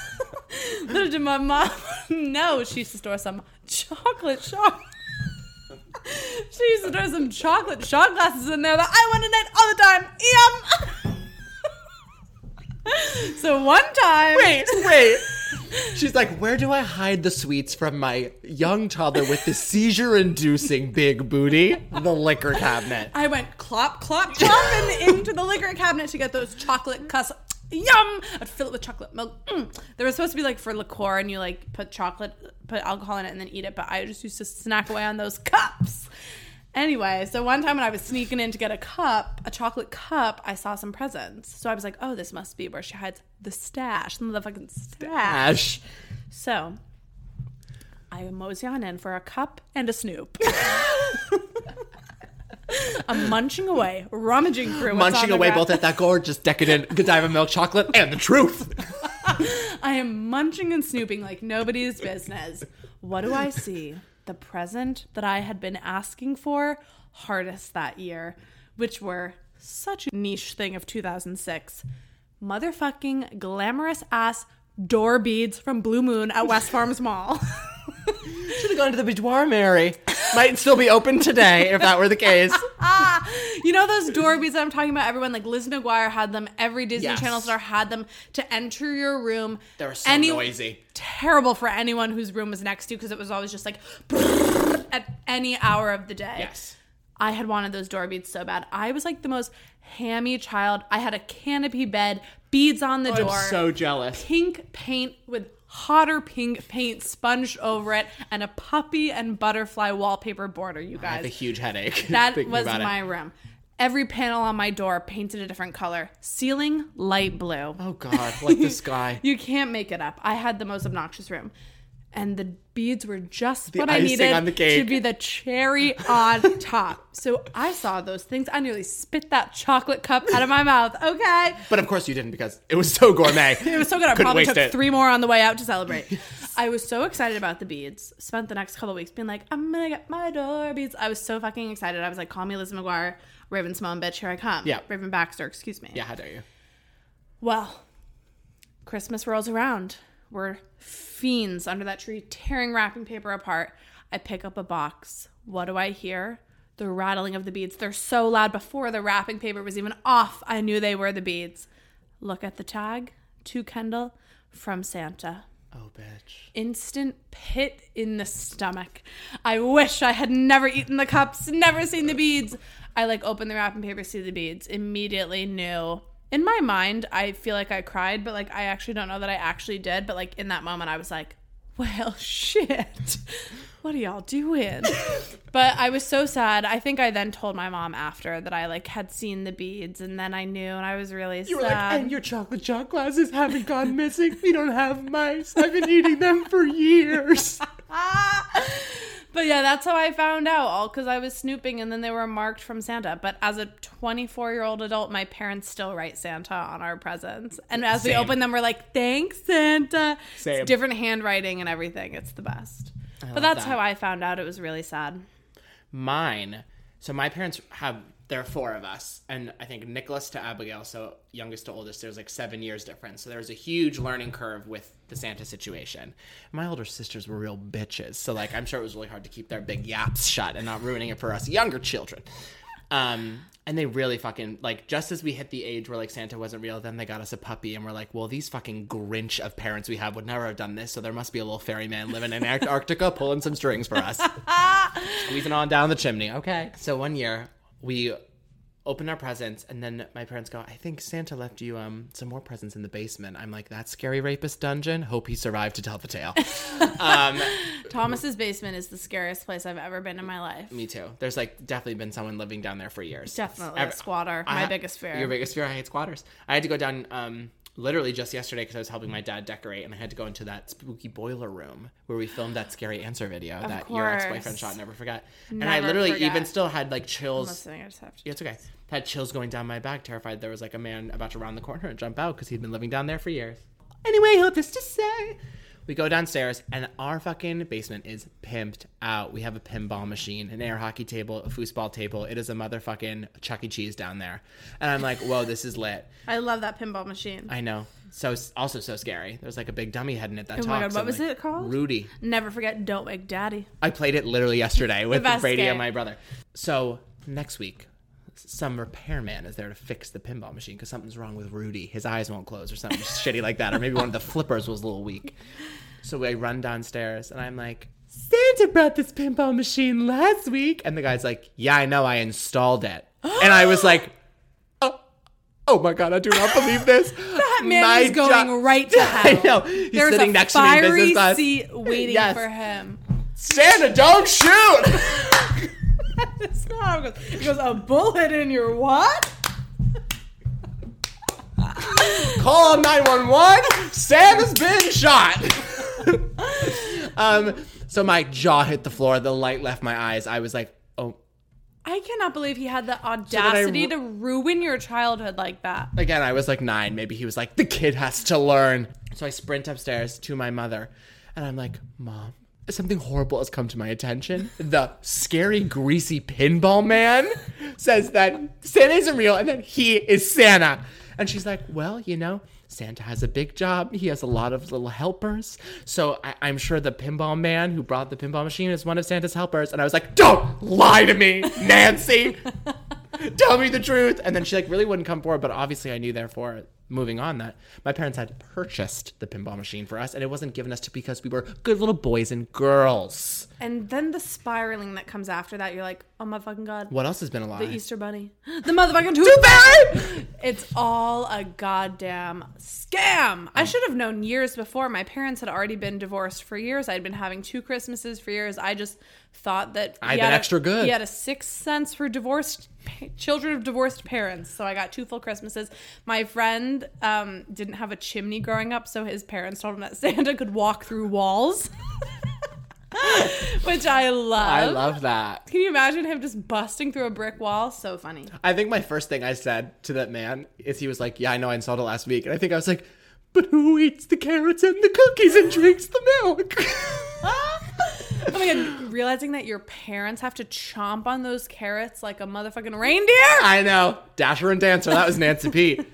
[SPEAKER 2] Little did my mom know she used to store some chocolate shot. she used to store some chocolate shot glasses in there that I wanted it all the time. Yum! so one time.
[SPEAKER 3] Wait, wait. She's like, where do I hide the sweets from my young toddler with the seizure-inducing big booty? The liquor cabinet.
[SPEAKER 2] I went clop, clop, clopping into the liquor cabinet to get those chocolate cuss. Yum! I'd fill it with chocolate milk. Mm. They were supposed to be like for liqueur, and you like put chocolate, put alcohol in it, and then eat it. But I just used to snack away on those cups. Anyway, so one time when I was sneaking in to get a cup, a chocolate cup, I saw some presents. So I was like, oh, this must be where she hides the stash, the motherfucking stash.
[SPEAKER 3] Ash.
[SPEAKER 2] So I mosey on in for a cup and a snoop. I'm munching away, rummaging through. what's on
[SPEAKER 3] munching
[SPEAKER 2] the
[SPEAKER 3] away
[SPEAKER 2] ground.
[SPEAKER 3] both at that gorgeous, decadent Godiva milk chocolate and the truth.
[SPEAKER 2] I am munching and snooping like nobody's business. What do I see? The present that I had been asking for hardest that year, which were such a niche thing of 2006. Motherfucking glamorous ass door beads from Blue Moon at West Farms Mall.
[SPEAKER 3] Should have gone to the boudoir, Mary. Might still be open today if that were the case.
[SPEAKER 2] ah, you know those door beads that I'm talking about? Everyone, like Liz McGuire had them. Every Disney
[SPEAKER 3] Yes.
[SPEAKER 2] Channel star had them to enter your room.
[SPEAKER 3] They were so
[SPEAKER 2] Any-
[SPEAKER 3] noisy.
[SPEAKER 2] Terrible for anyone whose room was next to because it was always just like at any hour of the day.
[SPEAKER 3] Yes.
[SPEAKER 2] I had wanted those door beads so bad. I was like the most hammy child. I had a canopy bed, beads on the door,
[SPEAKER 3] I'm so jealous.
[SPEAKER 2] pink paint with hotter pink paint sponged over it, and a puppy and butterfly wallpaper border, you
[SPEAKER 3] I
[SPEAKER 2] guys.
[SPEAKER 3] have a huge headache.
[SPEAKER 2] That
[SPEAKER 3] thinking
[SPEAKER 2] was
[SPEAKER 3] about it.
[SPEAKER 2] my room. Every panel on my door painted a different color. Ceiling light blue.
[SPEAKER 3] Oh God, like the sky.
[SPEAKER 2] You can't make it up. I had the most obnoxious room. And the beads were just what I
[SPEAKER 3] icing
[SPEAKER 2] needed
[SPEAKER 3] on the cake.
[SPEAKER 2] to be the cherry on top. So I saw those things. I nearly spit that chocolate cup out of my mouth. Okay.
[SPEAKER 3] But of course you didn't because it was so gourmet.
[SPEAKER 2] It was so good. I
[SPEAKER 3] Couldn't
[SPEAKER 2] probably
[SPEAKER 3] waste
[SPEAKER 2] took
[SPEAKER 3] it.
[SPEAKER 2] three more on the way out to celebrate. I was so excited about the beads. Spent the next couple weeks being like, I'm gonna get my door beads. I was so fucking excited. I was like, call me Liz McGuire, Raven Simone, bitch, here I come.
[SPEAKER 3] Yeah.
[SPEAKER 2] Raven Baxter, excuse me.
[SPEAKER 3] Yeah, how dare you?
[SPEAKER 2] Well, Christmas rolls around. We're fiends under that tree, tearing wrapping paper apart. I pick up a box. What do I hear? The rattling of the beads. They're so loud before the wrapping paper was even off. I knew they were the beads. Look at the tag to Kendall from Santa
[SPEAKER 3] Oh bitch.
[SPEAKER 2] instant pit in the stomach. I wish I had never eaten the cups, never seen the beads. I like opened the wrapping paper, see the beads, immediately knew. In my mind, I feel like I cried, but like I actually don't know that I actually did. But like in that moment, I was like, well, shit. What are y'all doing? but I was so sad. I think I then told my mom after that I like had seen the beads and then I knew and I was really
[SPEAKER 3] You were
[SPEAKER 2] sad.
[SPEAKER 3] like, and your chocolate shot glasses haven't gone missing. We don't have mice. I've been eating them for years.
[SPEAKER 2] But yeah, that's how I found out, all because I was snooping and then they were marked from Santa. But as a 24 year old adult, my parents still write Santa on our presents. And as we
[SPEAKER 3] Same.
[SPEAKER 2] open them, we're like, thanks, Santa. It's
[SPEAKER 3] Same.
[SPEAKER 2] different handwriting and everything. It's the best. But
[SPEAKER 3] love
[SPEAKER 2] that's
[SPEAKER 3] that.
[SPEAKER 2] how I found out. It was really sad.
[SPEAKER 3] Mine. So my parents have there are four of us, and I think Nicholas to Abigail, so youngest to oldest, there's like seven years difference. So there was a huge learning curve with the Santa situation. My older sisters were real bitches, so like I'm sure it was really hard to keep their big yaps shut and not ruining it for us younger children. Um, and they really fucking like just as we hit the age where like Santa wasn't real, then they got us a puppy, and we're like, well, these fucking Grinch of parents we have would never have done this, so there must be a little ferryman living in Antarctica pulling some strings for us squeezing on down the chimney. Okay. So one year we open our presents, and then my parents go, I think Santa left you um some more presents in the basement. I'm like, that scary rapist dungeon. Hope he survived to tell the tale. um,
[SPEAKER 2] Thomas's basement is the scariest place I've ever been in my life.
[SPEAKER 3] me too. There's like definitely been someone living down there for years.
[SPEAKER 2] Definitely
[SPEAKER 3] Ever-
[SPEAKER 2] a squatter. My
[SPEAKER 3] I-
[SPEAKER 2] biggest fear.
[SPEAKER 3] Your biggest fear. I hate squatters. I had to go down um, literally just yesterday because I was helping my dad decorate, and I had to go into that spooky boiler room where we filmed that scary answer video that your ex boyfriend
[SPEAKER 2] course.
[SPEAKER 3] shot. Never forgot. and I
[SPEAKER 2] Never
[SPEAKER 3] literally
[SPEAKER 2] forget.
[SPEAKER 3] even still had like chills.
[SPEAKER 2] I'm listening. I just have to.
[SPEAKER 3] Yeah, it's okay. Had chills going down my back, terrified there was like a man about to round the corner and jump out because he'd been living down there for years. Anyway, all this to say, we go downstairs and our fucking basement is pimped out. We have a pinball machine, an air hockey table, a foosball table. It is a motherfucking Chuck E. Cheese down there, and I'm like, whoa, this is lit.
[SPEAKER 2] I love that pinball machine.
[SPEAKER 3] I know. So also so scary. There's like a big dummy head in it that
[SPEAKER 2] Oh
[SPEAKER 3] talks.
[SPEAKER 2] my God, what
[SPEAKER 3] I'm
[SPEAKER 2] was
[SPEAKER 3] like,
[SPEAKER 2] it called?
[SPEAKER 3] Rudy.
[SPEAKER 2] Never forget, don't wake daddy.
[SPEAKER 3] I played it literally yesterday with
[SPEAKER 2] best
[SPEAKER 3] Brady and
[SPEAKER 2] game.
[SPEAKER 3] my brother. So next week, some repairman is there to fix the pinball machine because something's wrong with Rudy. His eyes won't close or something shitty like that, or maybe one of the flippers was a little weak. So I run downstairs and I'm like, Santa brought this pinball machine last week, and the guy's like, Yeah, I know, I installed it, and I was like. "Oh, Oh my god! I do not believe this. that
[SPEAKER 2] man is going right to hell.
[SPEAKER 3] I know. He's
[SPEAKER 2] There's
[SPEAKER 3] sitting
[SPEAKER 2] a
[SPEAKER 3] next to me in
[SPEAKER 2] fiery
[SPEAKER 3] business class.
[SPEAKER 2] seat waiting
[SPEAKER 3] Yes.
[SPEAKER 2] for him.
[SPEAKER 3] Santa, don't shoot!
[SPEAKER 2] That's not how it goes. It goes, a bullet in your what?
[SPEAKER 3] call 911 santa's been shot um so my jaw hit the floor the light left my eyes i was like oh
[SPEAKER 2] I cannot believe he had the
[SPEAKER 3] I
[SPEAKER 2] audacity
[SPEAKER 3] ru-
[SPEAKER 2] to ruin your childhood like that.
[SPEAKER 3] again i was like nine maybe he was like the kid has to learn so i sprint upstairs to my mother and i'm like mom something horrible has come to my attention the scary greasy pinball man says that santa isn't real and that he is santa and she's like well you know Santa has a big job. He has a lot of little helpers. So I, I'm sure the pinball man who brought the pinball machine is one of Santa's helpers. And I was like, don't lie to me, Nancy. Tell me the truth. And then she like really wouldn't come forward. But obviously, I knew therefore moving on that my parents had purchased the pinball machine for us, and it wasn't given us to because we were good little boys and girls.
[SPEAKER 2] And then the spiraling that comes after that, you're like, oh my fucking god.
[SPEAKER 3] What else has been a lie?
[SPEAKER 2] The Easter Bunny. The motherfucking tooth fairy! It's all a goddamn scam.
[SPEAKER 3] Oh.
[SPEAKER 2] I should have known years before. My parents had already been divorced for years. I'd been having two Christmases for years. I just thought that
[SPEAKER 3] I'd
[SPEAKER 2] he
[SPEAKER 3] been
[SPEAKER 2] had a-
[SPEAKER 3] extra good.
[SPEAKER 2] He had a sixth sense for divorced pa- children of divorced parents. So I got two full Christmases. My friend um, didn't have a chimney growing up, so his parents told him that Santa could walk through walls. Which I love.
[SPEAKER 3] I love that.
[SPEAKER 2] Can you imagine him just busting through a brick wall? So funny.
[SPEAKER 3] I think my first thing I said to that man is he was like, "Yeah, I know I installed it last week," and I think I was like, "But who eats the carrots and the cookies and drinks the milk?"
[SPEAKER 2] Oh my god, realizing that your parents have to chomp on those carrots like a motherfucking reindeer?
[SPEAKER 3] I know. Dasher and Dancer. That was Nancy Pete.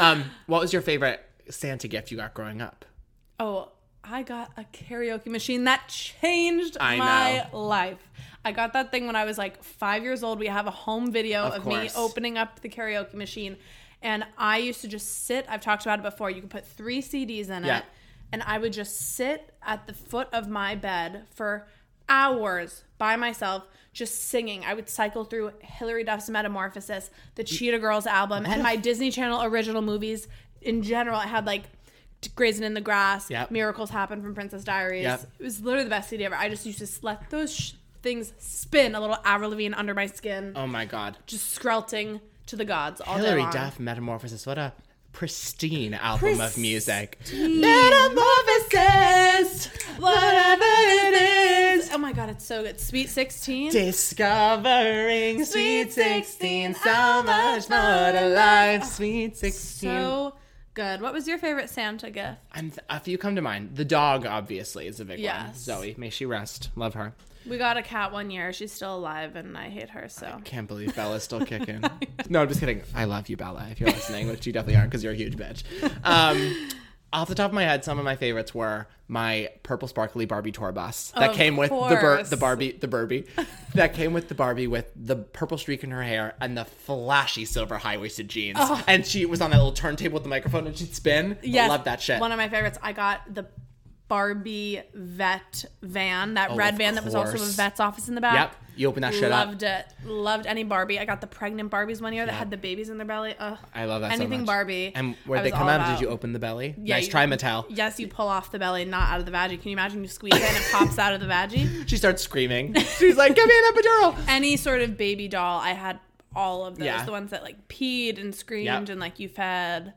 [SPEAKER 3] Um, what was your favorite Santa gift you got growing up?
[SPEAKER 2] Oh, I got a karaoke machine that changed
[SPEAKER 3] I
[SPEAKER 2] my life. I got that thing when I was like five years old. We have a home video
[SPEAKER 3] Of
[SPEAKER 2] of, me
[SPEAKER 3] course.
[SPEAKER 2] opening up the karaoke machine. And I used to just sit, I've talked about it before. You could put three CDs in
[SPEAKER 3] Yeah.
[SPEAKER 2] it. And I would just sit at the foot of my bed for hours by myself, just singing. I would cycle through Hillary Duff's Metamorphosis, the Cheetah Girls album, and my Disney Channel original movies in general. I had like Grazing in the Grass,
[SPEAKER 3] Yep.
[SPEAKER 2] Miracles Happen from Princess Diaries.
[SPEAKER 3] Yep.
[SPEAKER 2] It was literally the best CD ever. I just used to s- let those sh- things spin a little Avril Lavigne under my skin,
[SPEAKER 3] Oh my God.
[SPEAKER 2] just skrelting to the gods all day
[SPEAKER 3] Hillary
[SPEAKER 2] long.
[SPEAKER 3] Duff, Metamorphosis. What a pristine album of music.
[SPEAKER 2] Metamorphosis, whatever it is. Oh my god, it's so good. Sweet 16.
[SPEAKER 3] Discovering Sweet 16, so much more to life. Sweet 16.
[SPEAKER 2] So good. What was your favorite Santa gift?
[SPEAKER 3] I'm th- a few come to mind. The dog, obviously, is a big one.
[SPEAKER 2] Yes.
[SPEAKER 3] Zoe, may she rest. Love her.
[SPEAKER 2] We got a cat one year. She's still alive, and I hate her so.
[SPEAKER 3] Can't believe Bella's still kicking. no, I'm just kidding. I love you, Bella, if you're listening, which you definitely aren't because you're a huge bitch. Um, off the top of my head, some of my favorites were my purple sparkly Barbie tour bus that
[SPEAKER 2] Of
[SPEAKER 3] came with the, bur-
[SPEAKER 2] course.
[SPEAKER 3] the Barbie, the Burby, that came with the Barbie with the purple streak in her hair and the flashy silver high waisted jeans. And she was on that little turntable with the microphone and she'd spin. I
[SPEAKER 2] Oh. Yes,
[SPEAKER 3] love that shit.
[SPEAKER 2] One of my favorites. I got the Barbie vet van, that
[SPEAKER 3] Oh,
[SPEAKER 2] red
[SPEAKER 3] of
[SPEAKER 2] van that was also a
[SPEAKER 3] course.
[SPEAKER 2] vet's office in the back.
[SPEAKER 3] Yep. You open that shit up.
[SPEAKER 2] Loved it. Loved any Barbie. I got the pregnant Barbies one year that had the babies in their belly. Ugh.
[SPEAKER 3] I love that. so
[SPEAKER 2] Anything
[SPEAKER 3] much.
[SPEAKER 2] Barbie.
[SPEAKER 3] And
[SPEAKER 2] I
[SPEAKER 3] where they
[SPEAKER 2] was
[SPEAKER 3] come
[SPEAKER 2] all
[SPEAKER 3] out?
[SPEAKER 2] about.
[SPEAKER 3] Did you open the belly?
[SPEAKER 2] Yeah,
[SPEAKER 3] nice
[SPEAKER 2] you-
[SPEAKER 3] try, Mattel.
[SPEAKER 2] Yes, you pull off the belly, not out of the vaggie. Can you imagine? You squeeze it and it pops out of the vaggie.
[SPEAKER 3] She starts screaming. She's like, "Give me an epidural."
[SPEAKER 2] Any sort of baby doll, I had all of those.
[SPEAKER 3] Yeah.
[SPEAKER 2] The ones that like peed and screamed
[SPEAKER 3] Yep.
[SPEAKER 2] and like you fed.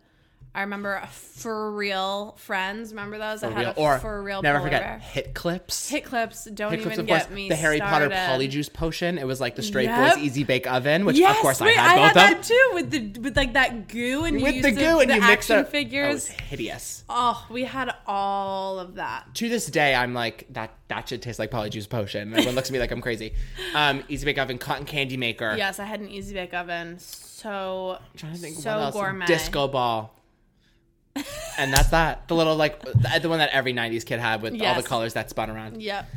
[SPEAKER 2] I remember a for real friends. Remember those? I
[SPEAKER 3] For
[SPEAKER 2] had
[SPEAKER 3] real,
[SPEAKER 2] a
[SPEAKER 3] or
[SPEAKER 2] for real.
[SPEAKER 3] never
[SPEAKER 2] polar
[SPEAKER 3] forget
[SPEAKER 2] bear.
[SPEAKER 3] hit clips.
[SPEAKER 2] Hit clips. Don't
[SPEAKER 3] Hit
[SPEAKER 2] even
[SPEAKER 3] clips, of
[SPEAKER 2] get
[SPEAKER 3] course.
[SPEAKER 2] me
[SPEAKER 3] The Harry
[SPEAKER 2] started.
[SPEAKER 3] Potter polyjuice potion. It was like the straight
[SPEAKER 2] Yep.
[SPEAKER 3] boys easy bake oven, which
[SPEAKER 2] Yes,
[SPEAKER 3] of course
[SPEAKER 2] wait,
[SPEAKER 3] I had both
[SPEAKER 2] that
[SPEAKER 3] of.
[SPEAKER 2] too with the with like that goo and you
[SPEAKER 3] With
[SPEAKER 2] used
[SPEAKER 3] the
[SPEAKER 2] to-
[SPEAKER 3] goo and
[SPEAKER 2] the
[SPEAKER 3] you mix
[SPEAKER 2] action
[SPEAKER 3] up That was
[SPEAKER 2] figures.
[SPEAKER 3] hideous.
[SPEAKER 2] Oh, we had all of that.
[SPEAKER 3] to this day, I'm like that. That should taste like polyjuice potion. Everyone looks at me like I'm crazy. Um, easy bake oven, cotton candy maker.
[SPEAKER 2] Yes, I had an easy bake oven. So
[SPEAKER 3] trying to think
[SPEAKER 2] so
[SPEAKER 3] what else.
[SPEAKER 2] gourmet.
[SPEAKER 3] Disco ball. and that's that. The little like the the one that every '90s kid had with all
[SPEAKER 2] Yes.
[SPEAKER 3] the colors that spun around.
[SPEAKER 2] Yep.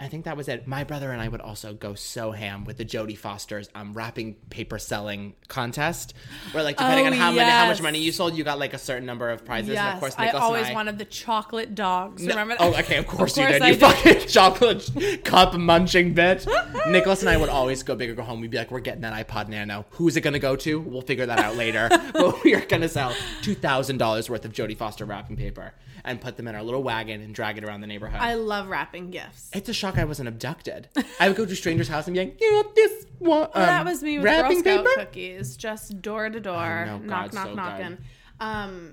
[SPEAKER 3] I think that was it. My brother and I would also go so ham with the Jodie Foster's um, wrapping paper selling contest, where like
[SPEAKER 2] Oh,
[SPEAKER 3] depending on how many, how much
[SPEAKER 2] yes.
[SPEAKER 3] money you sold, you got like a certain number of prizes. and
[SPEAKER 2] Yes,
[SPEAKER 3] of course,
[SPEAKER 2] I
[SPEAKER 3] Nicholas
[SPEAKER 2] always
[SPEAKER 3] and I,
[SPEAKER 2] wanted the chocolate dogs.
[SPEAKER 3] No-
[SPEAKER 2] Remember?
[SPEAKER 3] Oh, okay. Of course, you did.
[SPEAKER 2] I
[SPEAKER 3] you fucking chocolate cup munching bitch. Nicholas and I would always go big or go home. We'd be like, "We're getting that iPod Nano. Who's it gonna go to? We'll figure that out later. but we are gonna sell two thousand dollars worth of Jodie Foster wrapping paper and put them in our little wagon and drag it around the neighborhood."
[SPEAKER 2] I love wrapping gifts.
[SPEAKER 3] it's a shock I wasn't abducted. I would go to a stranger's house and be like, "You want this one?" Um,
[SPEAKER 2] Well, that was me with
[SPEAKER 3] wrapping
[SPEAKER 2] Girl Scout
[SPEAKER 3] paper.
[SPEAKER 2] cookies, just door to door,
[SPEAKER 3] no,
[SPEAKER 2] knock,
[SPEAKER 3] God,
[SPEAKER 2] knock,
[SPEAKER 3] so
[SPEAKER 2] knocking.
[SPEAKER 3] good.
[SPEAKER 2] Um,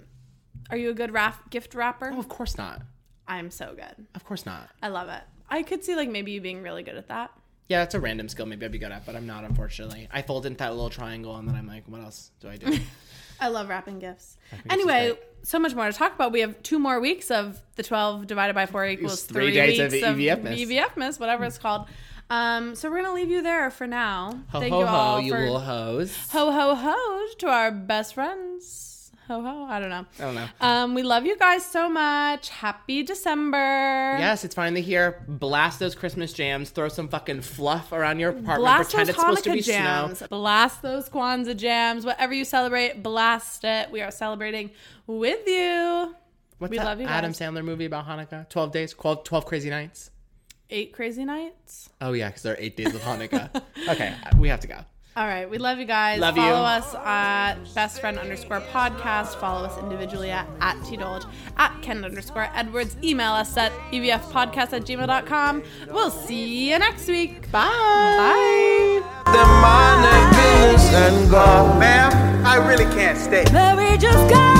[SPEAKER 2] are you a good wrap- gift wrapper?
[SPEAKER 3] Oh, of course not.
[SPEAKER 2] I'm so good.
[SPEAKER 3] Of course not.
[SPEAKER 2] I love it. I could see like maybe you being really good at that.
[SPEAKER 3] Yeah, that's a random skill. Maybe I'd be good at, but I'm not. Unfortunately, I fold into that little triangle, and then I'm like, "What else do I do?"
[SPEAKER 2] I love wrapping gifts.
[SPEAKER 3] gifts is
[SPEAKER 2] Anyway,
[SPEAKER 3] great.
[SPEAKER 2] so much more to talk about. We have two more weeks of the 12 divided by 4 equals
[SPEAKER 3] three
[SPEAKER 2] three,
[SPEAKER 3] days of E
[SPEAKER 2] weeks of
[SPEAKER 3] EVF-mas.
[SPEAKER 2] EVF-mas, whatever it's called. Um, so we're going to leave you there for now.
[SPEAKER 3] Ho
[SPEAKER 2] Thank
[SPEAKER 3] ho
[SPEAKER 2] you all
[SPEAKER 3] ho, you
[SPEAKER 2] for
[SPEAKER 3] little hoes.
[SPEAKER 2] ho ho ho to our best friends. Ho ho, I don't know. I
[SPEAKER 3] don't know.
[SPEAKER 2] Um, we love you guys so much. Happy December.
[SPEAKER 3] Yes, it's finally here. Blast those Christmas jams. Throw some fucking fluff around your apartment.
[SPEAKER 2] Blast
[SPEAKER 3] Pretend
[SPEAKER 2] those
[SPEAKER 3] it's supposed to be
[SPEAKER 2] Hanukkah jams.
[SPEAKER 3] snow.
[SPEAKER 2] Blast those Kwanzaa jams. Whatever you celebrate, blast it. We are celebrating with you.
[SPEAKER 3] What's
[SPEAKER 2] We
[SPEAKER 3] that
[SPEAKER 2] love you
[SPEAKER 3] Adam
[SPEAKER 2] guys.
[SPEAKER 3] Sandler movie about Hanukkah? 12 days, 12, 12 crazy nights.
[SPEAKER 2] Eight crazy nights.
[SPEAKER 3] Oh, yeah, because there are eight days of Hanukkah. okay, we have to go.
[SPEAKER 2] All right, we love you guys.
[SPEAKER 3] Love you.
[SPEAKER 2] follow us at best friend underscore podcast. Follow us individually at, at T-Dolge, at Ken underscore Edwards. Email us at E evfpodcast at gmail.com. We'll see you next week. Bye. Bye.
[SPEAKER 7] demonic demons and God. Ma'am, I really can't stay.
[SPEAKER 8] Let me just go.